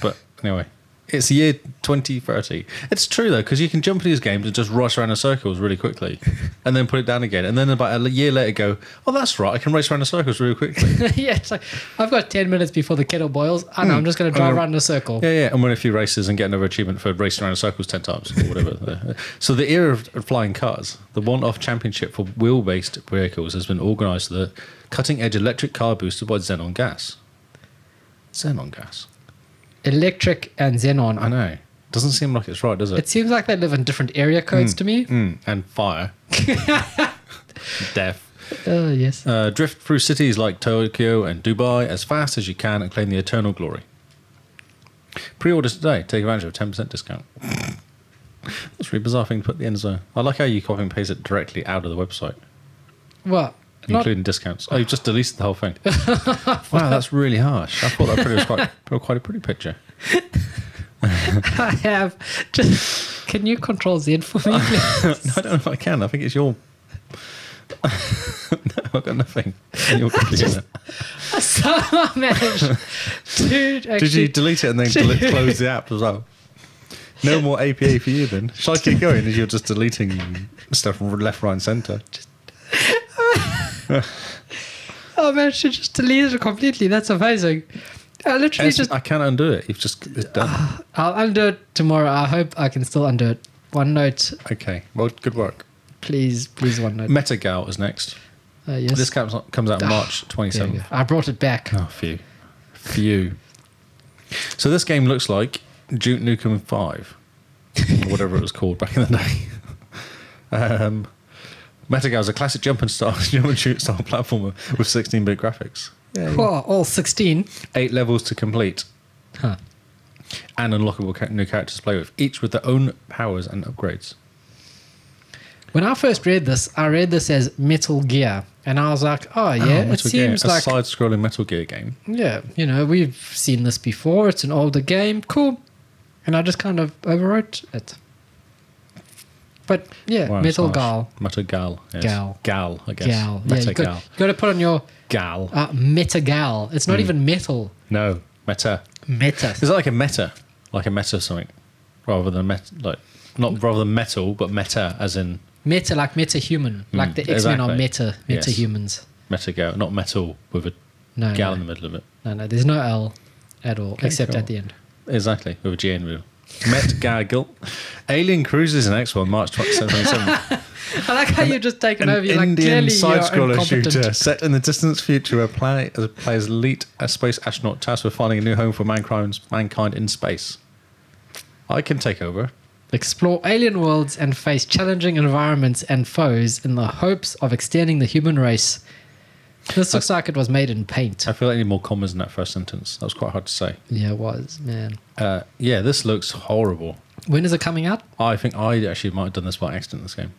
Speaker 1: but anyway, it's the year 2030. It's true, though, because you can jump into these games and just rush around in circles really quickly and then put it down again. And then about a year later, go, oh, that's right, I can race around in circles really quickly.
Speaker 2: yeah, it's like I've got ten minutes before the kettle boils. I know. I'm just going to drive
Speaker 1: Oh.
Speaker 2: around in a circle.
Speaker 1: yeah, yeah, and win a few races and get another achievement for racing around in circles 10 times or whatever. so the era of flying cars, the one off championship for wheel based vehicles, has been organised with a cutting edge electric car boosted by xenon gas. Xenon gas.
Speaker 2: Electric and Xenon.
Speaker 1: I know. Doesn't seem like it's right, does it?
Speaker 2: It seems
Speaker 1: Hmm.
Speaker 2: like they live in different area codes to me.
Speaker 1: Mm, and fire. Death.
Speaker 2: Oh, yes.
Speaker 1: Uh, drift through cities like Tokyo and Dubai as fast as you can and claim the eternal glory. Pre orders today. Take advantage of a 10% discount. That's a really bizarre thing to put at the end as well. I like how you copy and paste it directly out of the website,
Speaker 2: What? Not,
Speaker 1: including discounts. Oh, you've just deleted the whole thing. wow, that's really harsh. I thought that pretty was quite, quite a pretty picture.
Speaker 2: I have. Just can you control Z for me? please?
Speaker 1: no, I don't know if I can. I think it's your. no, I've got nothing. on your computer.
Speaker 2: I somehow managed to actually.
Speaker 1: Did you delete it and then deli- close the app as well? No more APA for you then. Shall I keep going as you're just deleting stuff from left, right, and centre?
Speaker 2: I managed to Oh, just delete it completely. That's amazing. I literally
Speaker 1: It's-
Speaker 2: just. Ah.
Speaker 1: I can't undo it. You've just it's done.
Speaker 2: I'll undo it tomorrow. I hope I can still undo it. One note,
Speaker 1: Okay. Well, good work.
Speaker 2: please, please. One note.
Speaker 1: Metagal is next.
Speaker 2: Uh, yes.
Speaker 1: This comes comes out
Speaker 2: Ah,
Speaker 1: March
Speaker 2: There you
Speaker 1: 27th.
Speaker 2: go. I brought it back.
Speaker 1: Oh, phew. Phew. So this game looks like Duke Nukem 5, or whatever it was called back in the day. Um, Metagal is a classic jump and, style, jump and shoot style platformer with 16 bit graphics.
Speaker 2: Whoa, all sixteen.
Speaker 1: Eight levels to complete
Speaker 2: Huh.
Speaker 1: and unlockable ca- new characters to play with, each with their own powers and upgrades.
Speaker 2: When I first read this, I read this as Metal Gear, and I was like, "Oh yeah,
Speaker 1: Oh,
Speaker 2: it
Speaker 1: Metal Gear,
Speaker 2: seems like Uh,
Speaker 1: a side scrolling Metal Gear game.
Speaker 2: yeah, you know, we've seen this before. It's an older game, cool." And I just kind of overwrote it. But yeah,
Speaker 1: Wow,
Speaker 2: Metal
Speaker 1: it's harsh.
Speaker 2: Gal,
Speaker 1: Metal Gal. Yes.
Speaker 2: Gal.
Speaker 1: Gal, I guess.
Speaker 2: Gal, yeah, you
Speaker 1: Metagal.
Speaker 2: got, you got to put on your
Speaker 1: Gal.
Speaker 2: uh, Meta Gal. It's
Speaker 1: Hmm.
Speaker 2: not even metal,
Speaker 1: No, Meta. Is
Speaker 2: meta.
Speaker 1: that like a meta? Like a meta something? Rather than met like not rather than metal, but meta as in
Speaker 2: Meta like meta human, like the X Men are
Speaker 1: Hmm, exactly.
Speaker 2: meta,
Speaker 1: Yes.
Speaker 2: meta humans.
Speaker 1: meta gal, not metal with a
Speaker 2: No,
Speaker 1: gal in
Speaker 2: no,
Speaker 1: the middle of it.
Speaker 2: no, no, there's no L at all, except
Speaker 1: cool.
Speaker 2: at the end.
Speaker 1: Exactly, with a G in the middle. Met Gargill. Alien Cruises and X1, March 27th.
Speaker 2: I like how you've just taken over. You're like,
Speaker 1: Indian
Speaker 2: clearly
Speaker 1: side
Speaker 2: you're
Speaker 1: scroller
Speaker 2: incompetent.
Speaker 1: shooter set in the distant future where play, as players elite a space astronaut tasked with finding a new home for mankind, mankind in space. I can take over.
Speaker 2: Explore alien worlds and face challenging environments and foes in the hopes of extending the human race. This looks like it was made in paint.
Speaker 1: I feel like I need more commas in that first sentence. That was quite hard to say.
Speaker 2: Yeah, it was, man.
Speaker 1: Uh, yeah, this looks horrible.
Speaker 2: When is it coming out?
Speaker 1: I think I actually might have done this by accident this game.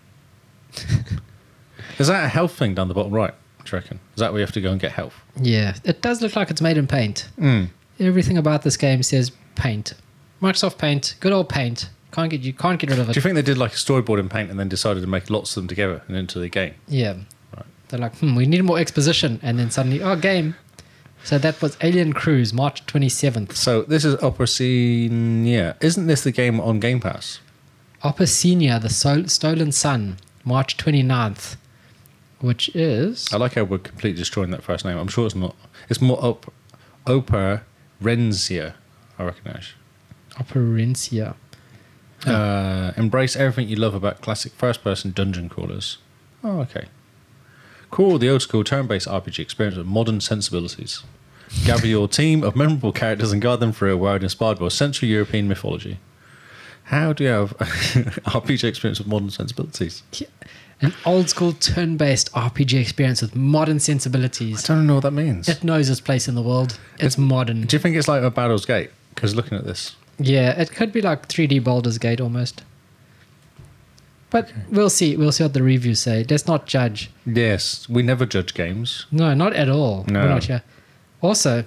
Speaker 1: Is that a health thing down the bottom right? Do you reckon? Is that where you have to go and get health?
Speaker 2: Yeah, it does look like it's made in paint. Everything about this game says paint. Microsoft Paint, good old paint. Can't get you can't get rid of
Speaker 1: Do
Speaker 2: it.
Speaker 1: you think they did like a storyboard in paint and then decided to make lots of them together and into the game?
Speaker 2: Yeah. They're like, hmm, we need more exposition, and then suddenly, oh, game. So that was Alien Cruise, March twenty seventh.
Speaker 1: So this is Opera Scene. Yeah, isn't this the game on Game Pass?
Speaker 2: Oppa Senior, The Sol- Stolen Sun, March 29th, which is.
Speaker 1: I like how we're completely destroying that first name. I'm sure it's not. It's more op- Opera Renzia. I recognise.
Speaker 2: Operencia.
Speaker 1: Uh, embrace everything you love about classic first person dungeon crawlers. Oh, okay. Crawl the old school turn based RPG experience with modern sensibilities. Gather your team of memorable characters and guide them through a world inspired by Central European mythology. How do you have RPG experience with modern sensibilities?
Speaker 2: An old school turn based RPG experience with modern
Speaker 1: I
Speaker 2: sensibilities.
Speaker 1: don't know what that means.
Speaker 2: It knows its place in the world. It's modern.
Speaker 1: Do you think it's like a Baldur's Gate? Because looking at this,
Speaker 2: Yeah, it could be like 3D Baldur's Gate almost. But we'll see. We'll see what the reviews say. Let's not judge.
Speaker 1: yes, we never judge games.
Speaker 2: No, not at all.
Speaker 1: No.
Speaker 2: We're not here. Also,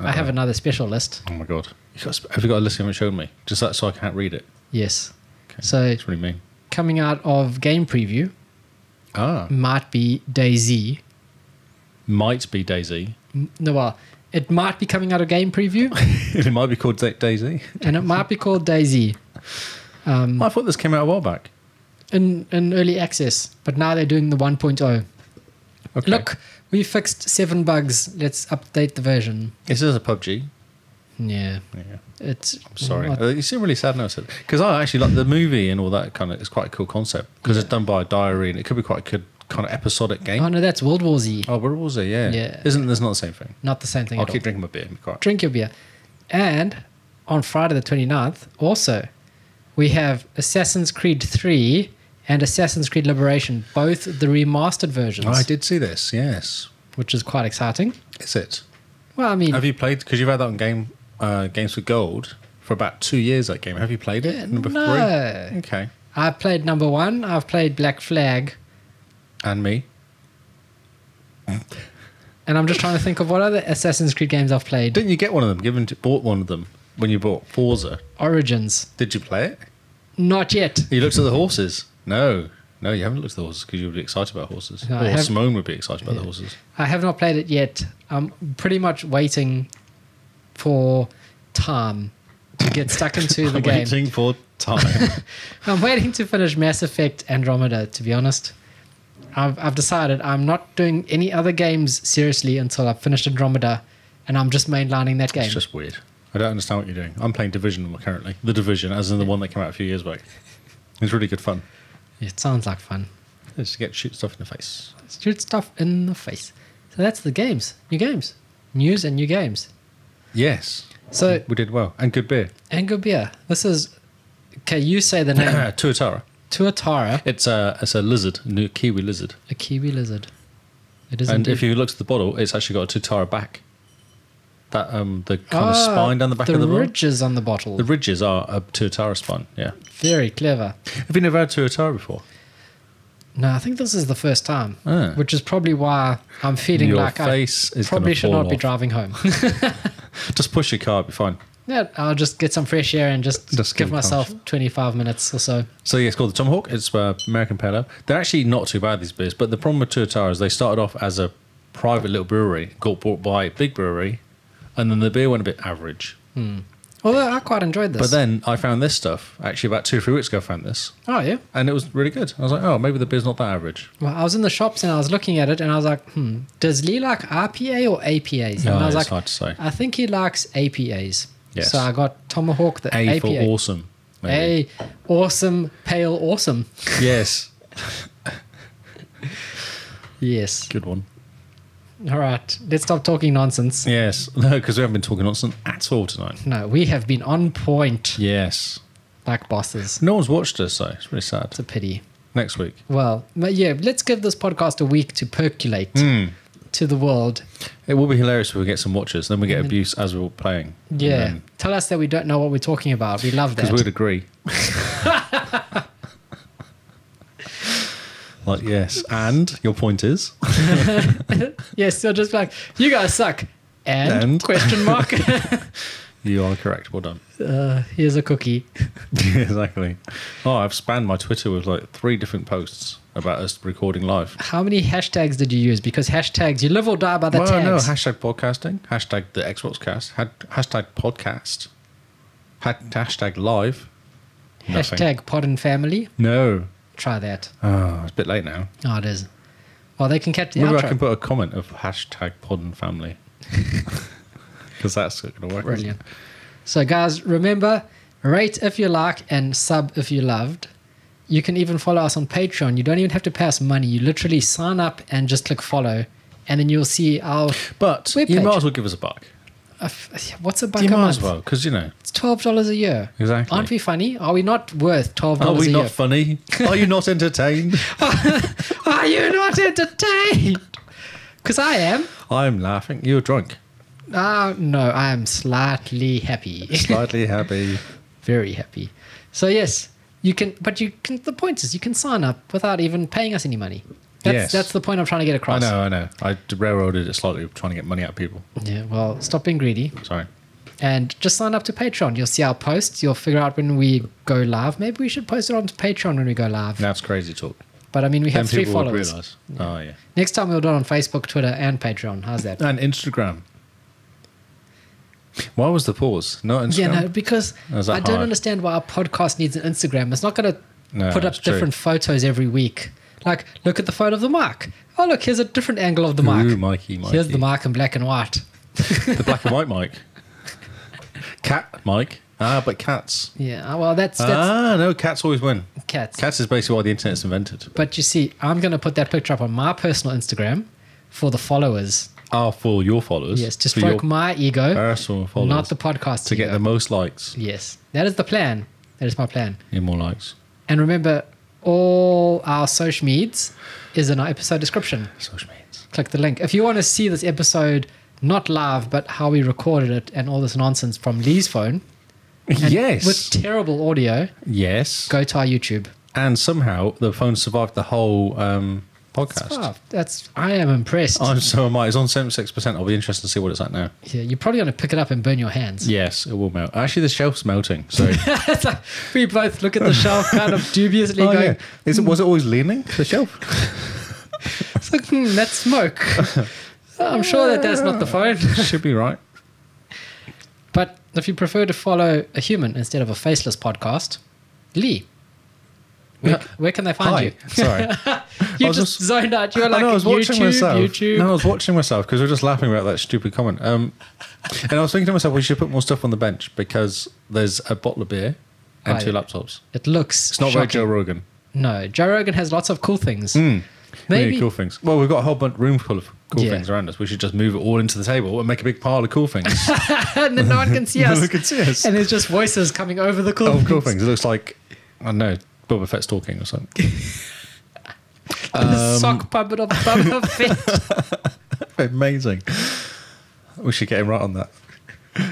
Speaker 2: I have another special list.
Speaker 1: Oh my god, you got, have you got a list you haven't shown me? Just that so I can't read it.
Speaker 2: Yes.
Speaker 1: Okay.
Speaker 2: So,
Speaker 1: That's really mean.
Speaker 2: coming out of game preview,
Speaker 1: Ah,
Speaker 2: might be Daisy.
Speaker 1: might be Daisy.
Speaker 2: No, well, it might be coming out of game preview,
Speaker 1: it might be called Da- Daisy.
Speaker 2: and it might be called Daisy um,
Speaker 1: I thought this came out a while back.
Speaker 2: in in early access. But now they're doing the 1.0.
Speaker 1: Okay.
Speaker 2: Look, we fixed seven bugs. Let's update the version.
Speaker 1: this is a PUBG.
Speaker 2: Yeah,
Speaker 1: Yeah,
Speaker 2: it's
Speaker 1: I'm sorry.
Speaker 2: not-
Speaker 1: Uh, You seem really sad now, because I actually like the movie and all that kind of. It's quite a cool concept because it's done by a diary and it could be quite a good kind of episodic game.
Speaker 2: oh no, that's World War Z.
Speaker 1: oh, where was it? Yeah,
Speaker 2: Yeah.
Speaker 1: Isn't this not the same thing?
Speaker 2: Not the same thing.
Speaker 1: I'll
Speaker 2: at all.
Speaker 1: keep drinking my beer. And be quiet.
Speaker 2: Drink your beer, and on Friday the 29th, also, we have Assassin's Creed 3 and Assassin's Creed Liberation, both the remastered versions,
Speaker 1: Oh, I did see this. Yes,
Speaker 2: which is quite exciting.
Speaker 1: is it?
Speaker 2: Well, I mean,
Speaker 1: Have you played? Because you've had that on game uh, games for gold for about two years. That game. Have you played it?
Speaker 2: Yeah,
Speaker 1: Number
Speaker 2: no.
Speaker 1: three. Okay.
Speaker 2: I've played number one. I've played Black Flag,
Speaker 1: And me.
Speaker 2: and I'm just trying to think of what other Assassin's Creed games I've played.
Speaker 1: Didn't you get one of them? Given to, bought one of them when you bought Forza.
Speaker 2: Origins,
Speaker 1: Did you play it?
Speaker 2: not yet.
Speaker 1: You looked at the horses. No, no, you haven't looked at the horses because you would be excited about horses.
Speaker 2: No, I
Speaker 1: or
Speaker 2: have-
Speaker 1: Simone would be excited about the horses.
Speaker 2: I have not played it yet. I'm pretty much waiting for time to get stuck into the
Speaker 1: I'm
Speaker 2: game.
Speaker 1: waiting for time.
Speaker 2: I'm waiting to finish Mass Effect Andromeda, to be honest. I've, I've decided I'm not doing any other games seriously until I've finished Andromeda and I'm just mainlining that game.
Speaker 1: It's just weird. I don't understand what you're doing. I'm playing Division currently. The Division, as in the one that came out a few years back. It's really good fun.
Speaker 2: It sounds like fun.
Speaker 1: It's to get shoot stuff in the face.
Speaker 2: Shoot stuff in the face. So that's the games. New games. News and new games.
Speaker 1: Yes,
Speaker 2: So,
Speaker 1: we did well and good beer.
Speaker 2: Anger Beer. This is. Okay, you say the name
Speaker 1: Tuatara.
Speaker 2: Tuatara,
Speaker 1: It's a it's a lizard, a new kiwi lizard.
Speaker 2: a kiwi lizard. It is
Speaker 1: and
Speaker 2: indeed.
Speaker 1: if you look at the bottle, it's actually got a Tuatara back. That um the kind of
Speaker 2: Ah,
Speaker 1: spine down the back
Speaker 2: the
Speaker 1: of the bottle.
Speaker 2: ridges on the bottle.
Speaker 1: The ridges are a Tuatara spine. Yeah.
Speaker 2: Very clever.
Speaker 1: Have you never had Tuatara before?
Speaker 2: No, I think this is the first time,
Speaker 1: Ah.
Speaker 2: which is probably why I'm feeling
Speaker 1: Your
Speaker 2: like
Speaker 1: face
Speaker 2: I
Speaker 1: is
Speaker 2: probably
Speaker 1: gonna
Speaker 2: should
Speaker 1: fall
Speaker 2: not be
Speaker 1: off.
Speaker 2: driving home.
Speaker 1: Just push your car, it'll be fine.
Speaker 2: yeah, I'll just get some fresh air and just,
Speaker 1: Just
Speaker 2: give
Speaker 1: give it
Speaker 2: myself 25 minutes or so.
Speaker 1: So yeah, it's called the Tomahawk. It's uh, American Pale Ale. They're actually not too bad these beers, but the problem with Tuatara is they started off as a private little brewery, got bought by a big brewery, and then the beer went a bit average.
Speaker 2: Although I quite enjoyed this.
Speaker 1: But then I found this stuff actually about two or three weeks ago. I found this,
Speaker 2: oh, yeah.
Speaker 1: and it was really good. I was like, oh, maybe the beer's not that average.
Speaker 2: Well, I was in the shops and I was looking at it and I was like, hmm, does Lee like RPA or APAs?
Speaker 1: No,
Speaker 2: and I was
Speaker 1: Uh, it's
Speaker 2: like,
Speaker 1: hard to say.
Speaker 2: I think he likes APAs.
Speaker 1: Yes.
Speaker 2: So I got Tomahawk, the
Speaker 1: A
Speaker 2: APA.
Speaker 1: for awesome. Maybe.
Speaker 2: A, awesome, pale, awesome.
Speaker 1: Yes,
Speaker 2: Yes.
Speaker 1: good one.
Speaker 2: All right, let's stop talking nonsense.
Speaker 1: Yes, no, because we haven't been talking nonsense at all tonight.
Speaker 2: No, we have been on point
Speaker 1: Yes,
Speaker 2: like bosses.
Speaker 1: no one's watched us, so it's really sad.
Speaker 2: It's a pity.
Speaker 1: Next week,
Speaker 2: Well, but yeah, let's give this podcast a week to percolate
Speaker 1: Mm. Hmm.
Speaker 2: to the world.
Speaker 1: it will be hilarious if we get some watchers. Then we get abuse as we're playing. And
Speaker 2: Yeah.
Speaker 1: then-
Speaker 2: Tell us that we don't know what we're talking about. We love
Speaker 1: Mm. Because
Speaker 2: that.
Speaker 1: we'd agree. like, yes. And your point is?
Speaker 2: Yes, they're just like, you guys suck. And,
Speaker 1: And?
Speaker 2: question mark.
Speaker 1: You are correct. Well done.
Speaker 2: uh, here's a cookie.
Speaker 1: exactly. Oh, I've spanned my Twitter with like three different posts about us recording live.
Speaker 2: How many hashtags did you use? Because hashtags, you live or die by the
Speaker 1: well, no.
Speaker 2: tags.
Speaker 1: Hashtag podcasting. Hashtag the Xbox cast. had- Hashtag podcast. Had, hashtag live. nothing.
Speaker 2: Hashtag pod and family.
Speaker 1: No.
Speaker 2: Try that.
Speaker 1: Oh, it's a bit late now.
Speaker 2: Oh, it is. Well, they can catch the
Speaker 1: Maybe
Speaker 2: outro.
Speaker 1: I can put a comment of hashtag pod and family. Because that's going to work. isn't it?
Speaker 2: Brilliant. So, guys, remember rate if you like and sub if you loved. You can even follow us on Patreon. You don't even have to pay us money. You literally sign up and just click follow, and then you'll see our.
Speaker 1: But
Speaker 2: Web
Speaker 1: you
Speaker 2: page.
Speaker 1: might as well give us a buck.
Speaker 2: uh, f- What's a buck
Speaker 1: you
Speaker 2: a
Speaker 1: might
Speaker 2: month?
Speaker 1: as well, because you know.
Speaker 2: It's twelve dollars a year.
Speaker 1: Exactly.
Speaker 2: Aren't we funny? Are we not worth twelve
Speaker 1: Are
Speaker 2: dollars
Speaker 1: we
Speaker 2: a
Speaker 1: not
Speaker 2: year?
Speaker 1: funny? Are you not entertained?
Speaker 2: Are you not entertained? Because I am.
Speaker 1: I'm laughing. You're drunk.
Speaker 2: Ah, no, I am slightly happy.
Speaker 1: Slightly happy.
Speaker 2: very happy. So yes, you can. But you can. The point is, you can sign up without even paying us any money. That's,
Speaker 1: Yes.
Speaker 2: that's the point I'm trying to get
Speaker 1: I
Speaker 2: across.
Speaker 1: know, I know. I railroaded it slightly, trying to get money out of people.
Speaker 2: Yeah. Well, stop being greedy
Speaker 1: Sorry.
Speaker 2: and just sign up to Patreon. You'll see our posts. You'll figure out when we go live. Maybe we should post it on Patreon when we go live.
Speaker 1: That's crazy talk.
Speaker 2: But I mean, we have
Speaker 1: Then
Speaker 2: three
Speaker 1: people would
Speaker 2: followers.
Speaker 1: realise. Oh, yeah.
Speaker 2: Next time we'll do it on Facebook, Twitter, and Patreon. How's that?
Speaker 1: Oh, And Instagram. Why was the pause? Not Instagram.
Speaker 2: Yeah, no, because
Speaker 1: Or is that
Speaker 2: I don't
Speaker 1: hard?
Speaker 2: understand why our podcast needs an Instagram. It's not going to
Speaker 1: No,
Speaker 2: put up
Speaker 1: that's true.
Speaker 2: different photos every week. Like, look at the photo of the mic. Oh, look, here's a different angle of the mic.
Speaker 1: Ooh, Mikey, Mikey.
Speaker 2: Here's the mic in black and white.
Speaker 1: The black and white mic. Cat mic. Ah, but cats.
Speaker 2: Yeah, ah, well, that's, that's
Speaker 1: Ah, no, cats always win.
Speaker 2: cats.
Speaker 1: Cats is basically why the internet's invented.
Speaker 2: But you see, I'm going to put that picture up on my personal Instagram for the followers.
Speaker 1: Ah, for your followers.
Speaker 2: Yes, to
Speaker 1: For your
Speaker 2: stroke my ego,
Speaker 1: personal followers.
Speaker 2: not the podcast.
Speaker 1: to get
Speaker 2: ego.
Speaker 1: the most likes
Speaker 2: Yes, that is the plan. That is my plan.
Speaker 1: and more likes.
Speaker 2: And remember, all our social medias is in our episode description.
Speaker 1: Social medias.
Speaker 2: Click the link. If you want to see this episode, not live, but how we recorded it and all this nonsense from Lee's phone. and
Speaker 1: yes.
Speaker 2: With terrible audio,
Speaker 1: yes.
Speaker 2: go to our YouTube.
Speaker 1: And somehow the phone survived the whole um, podcast.
Speaker 2: Wow, that's I am impressed.
Speaker 1: I'm so am I. It's on 76%. I'll be interested to see what it's at now.
Speaker 2: yeah, you're probably going to pick it up and burn your hands.
Speaker 1: Yes, it will melt. Actually, the shelf's melting. So,
Speaker 2: It's like we both look at the shelf kind of dubiously
Speaker 1: oh,
Speaker 2: going,
Speaker 1: yeah. Is it, was it always leaning? The shelf?
Speaker 2: it's like, hmm, that's smoke. I'm sure that that's not the phone.
Speaker 1: Should be right.
Speaker 2: But if you prefer to follow a human instead of a faceless podcast, Lee, where, where can they find
Speaker 1: Hi.
Speaker 2: you?
Speaker 1: Sorry.
Speaker 2: You
Speaker 1: I was
Speaker 2: just,
Speaker 1: just-
Speaker 2: zoned out. You were
Speaker 1: I
Speaker 2: like,
Speaker 1: know, I was watching
Speaker 2: YouTube,
Speaker 1: myself.
Speaker 2: YouTube.
Speaker 1: No, I was watching myself because we were just laughing about that stupid comment. Um, and I was thinking to myself, we should put more stuff on the bench because there's a bottle of beer and
Speaker 2: Right.
Speaker 1: two laptops.
Speaker 2: It looks
Speaker 1: It's not very
Speaker 2: shocking.
Speaker 1: Joe Rogan.
Speaker 2: No, Joe Rogan has lots of cool things.
Speaker 1: Maybe.
Speaker 2: Maybe
Speaker 1: cool things. Well, we've got a whole bunch room full of cool
Speaker 2: Yeah.
Speaker 1: things around us. We should just move it all into the table and make a big pile of cool things.
Speaker 2: and then no one can see
Speaker 1: No
Speaker 2: us.
Speaker 1: one can see us.
Speaker 2: And there's just voices coming over the cool,
Speaker 1: oh, cool
Speaker 2: things.
Speaker 1: things. It looks like I don't know Boba Fett's talking or something.
Speaker 2: The Sock puppet of Boba Fett.
Speaker 1: Amazing. We should get him right on that.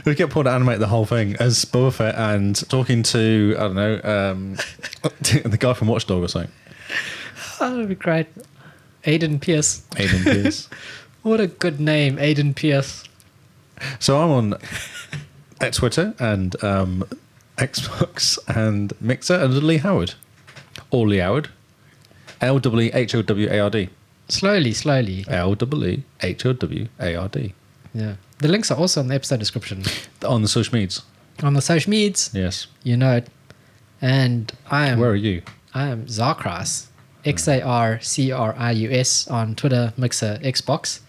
Speaker 1: We get Paul to animate the whole thing as Boba Fett and talking to I don't know um, the guy from Watchdog or something.
Speaker 2: That would Oh, be great. Aiden Pierce.
Speaker 1: Aiden Pierce.
Speaker 2: What a good name, Aiden Pierce.
Speaker 1: So I'm on at Twitter and um, Xbox and Mixer and Lee Howard. Or Lee Howard. L W H O W A R D.
Speaker 2: Slowly, slowly.
Speaker 1: L W H O W A R D.
Speaker 2: Yeah. The links are also in the episode description.
Speaker 1: On the social medias.
Speaker 2: On the social meds,
Speaker 1: Yes.
Speaker 2: you know it. And I am
Speaker 1: Where are you?
Speaker 2: I am Zarkras, X A R C R I U S on Twitter, Mixer, Xbox.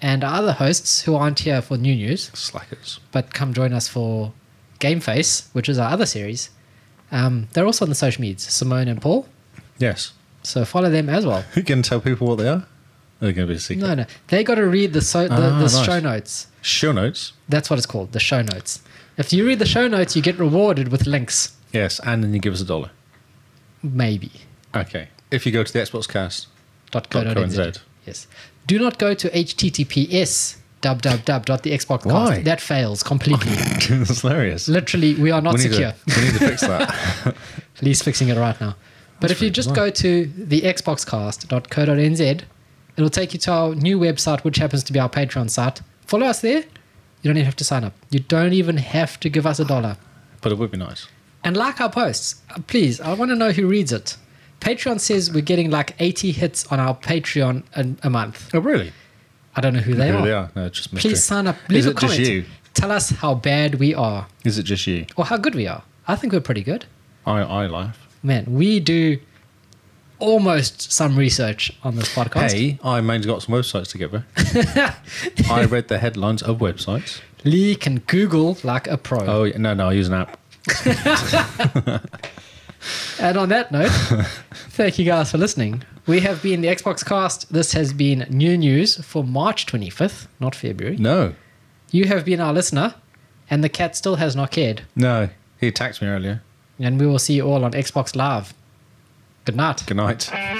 Speaker 2: And our other hosts who aren't here for new news,
Speaker 1: Slackers.
Speaker 2: but come join us for Game Face, which is our other series. Um, they're also on the social meds, Simone and Paul.
Speaker 1: Yes.
Speaker 2: So follow them as well.
Speaker 1: You can tell people what they are? They're going to be a secret.
Speaker 2: No, no, they got to read the so, the, the
Speaker 1: Ah, nice.
Speaker 2: show notes.
Speaker 1: Show notes.
Speaker 2: That's what it's called, the show notes. If you read the show notes, you get rewarded with links.
Speaker 1: Yes. And then you give us a dollar.
Speaker 2: Maybe.
Speaker 1: Okay. If you go to the Xbox cast,
Speaker 2: .co.nz.
Speaker 1: .co.nz.
Speaker 2: Yes. Do not go to https www.thexboxcast.
Speaker 1: Why?
Speaker 2: That fails completely.
Speaker 1: it's hilarious.
Speaker 2: Literally, we are not
Speaker 1: we, need
Speaker 2: secure.
Speaker 1: to, we need to fix that.
Speaker 2: Lee's fixing it right now. But if you
Speaker 1: really
Speaker 2: just
Speaker 1: bizarre.
Speaker 2: go to the xboxcast.co.nz, it'll take you to our new website, which happens to be our Patreon site. Follow us there. You don't even have to sign up. You don't even have to give us a dollar.
Speaker 1: but it would be nice.
Speaker 2: And like our posts, Uh, please, I want to know who reads it. Patreon says we're getting like 80 hits on our Patreon a, a month.
Speaker 1: Oh, really?
Speaker 2: I don't know who they
Speaker 1: Who
Speaker 2: are.
Speaker 1: they are. No, it's just mystery.
Speaker 2: Please sign up.
Speaker 1: Is
Speaker 2: Leave a
Speaker 1: it just
Speaker 2: comment.
Speaker 1: you?
Speaker 2: Tell us how bad we are
Speaker 1: Is it just you?
Speaker 2: or how good we are. I think we're pretty good.
Speaker 1: I, I laugh.
Speaker 2: Man, we do almost some research on this podcast.
Speaker 1: Hey, I mainly got some websites together. I read the headlines of websites.
Speaker 2: Lee can Google like a pro.
Speaker 1: Oh, yeah, no, no, I use an app.
Speaker 2: And on that note, thank you guys for listening. We have been the Xbox Cast. This has been new news for March 25th, not February.
Speaker 1: No,
Speaker 2: You have been our listener, and the cat still has not cared.
Speaker 1: no. He attacked me earlier.
Speaker 2: And we will see you all on Xbox Live. Good night.
Speaker 1: Good night.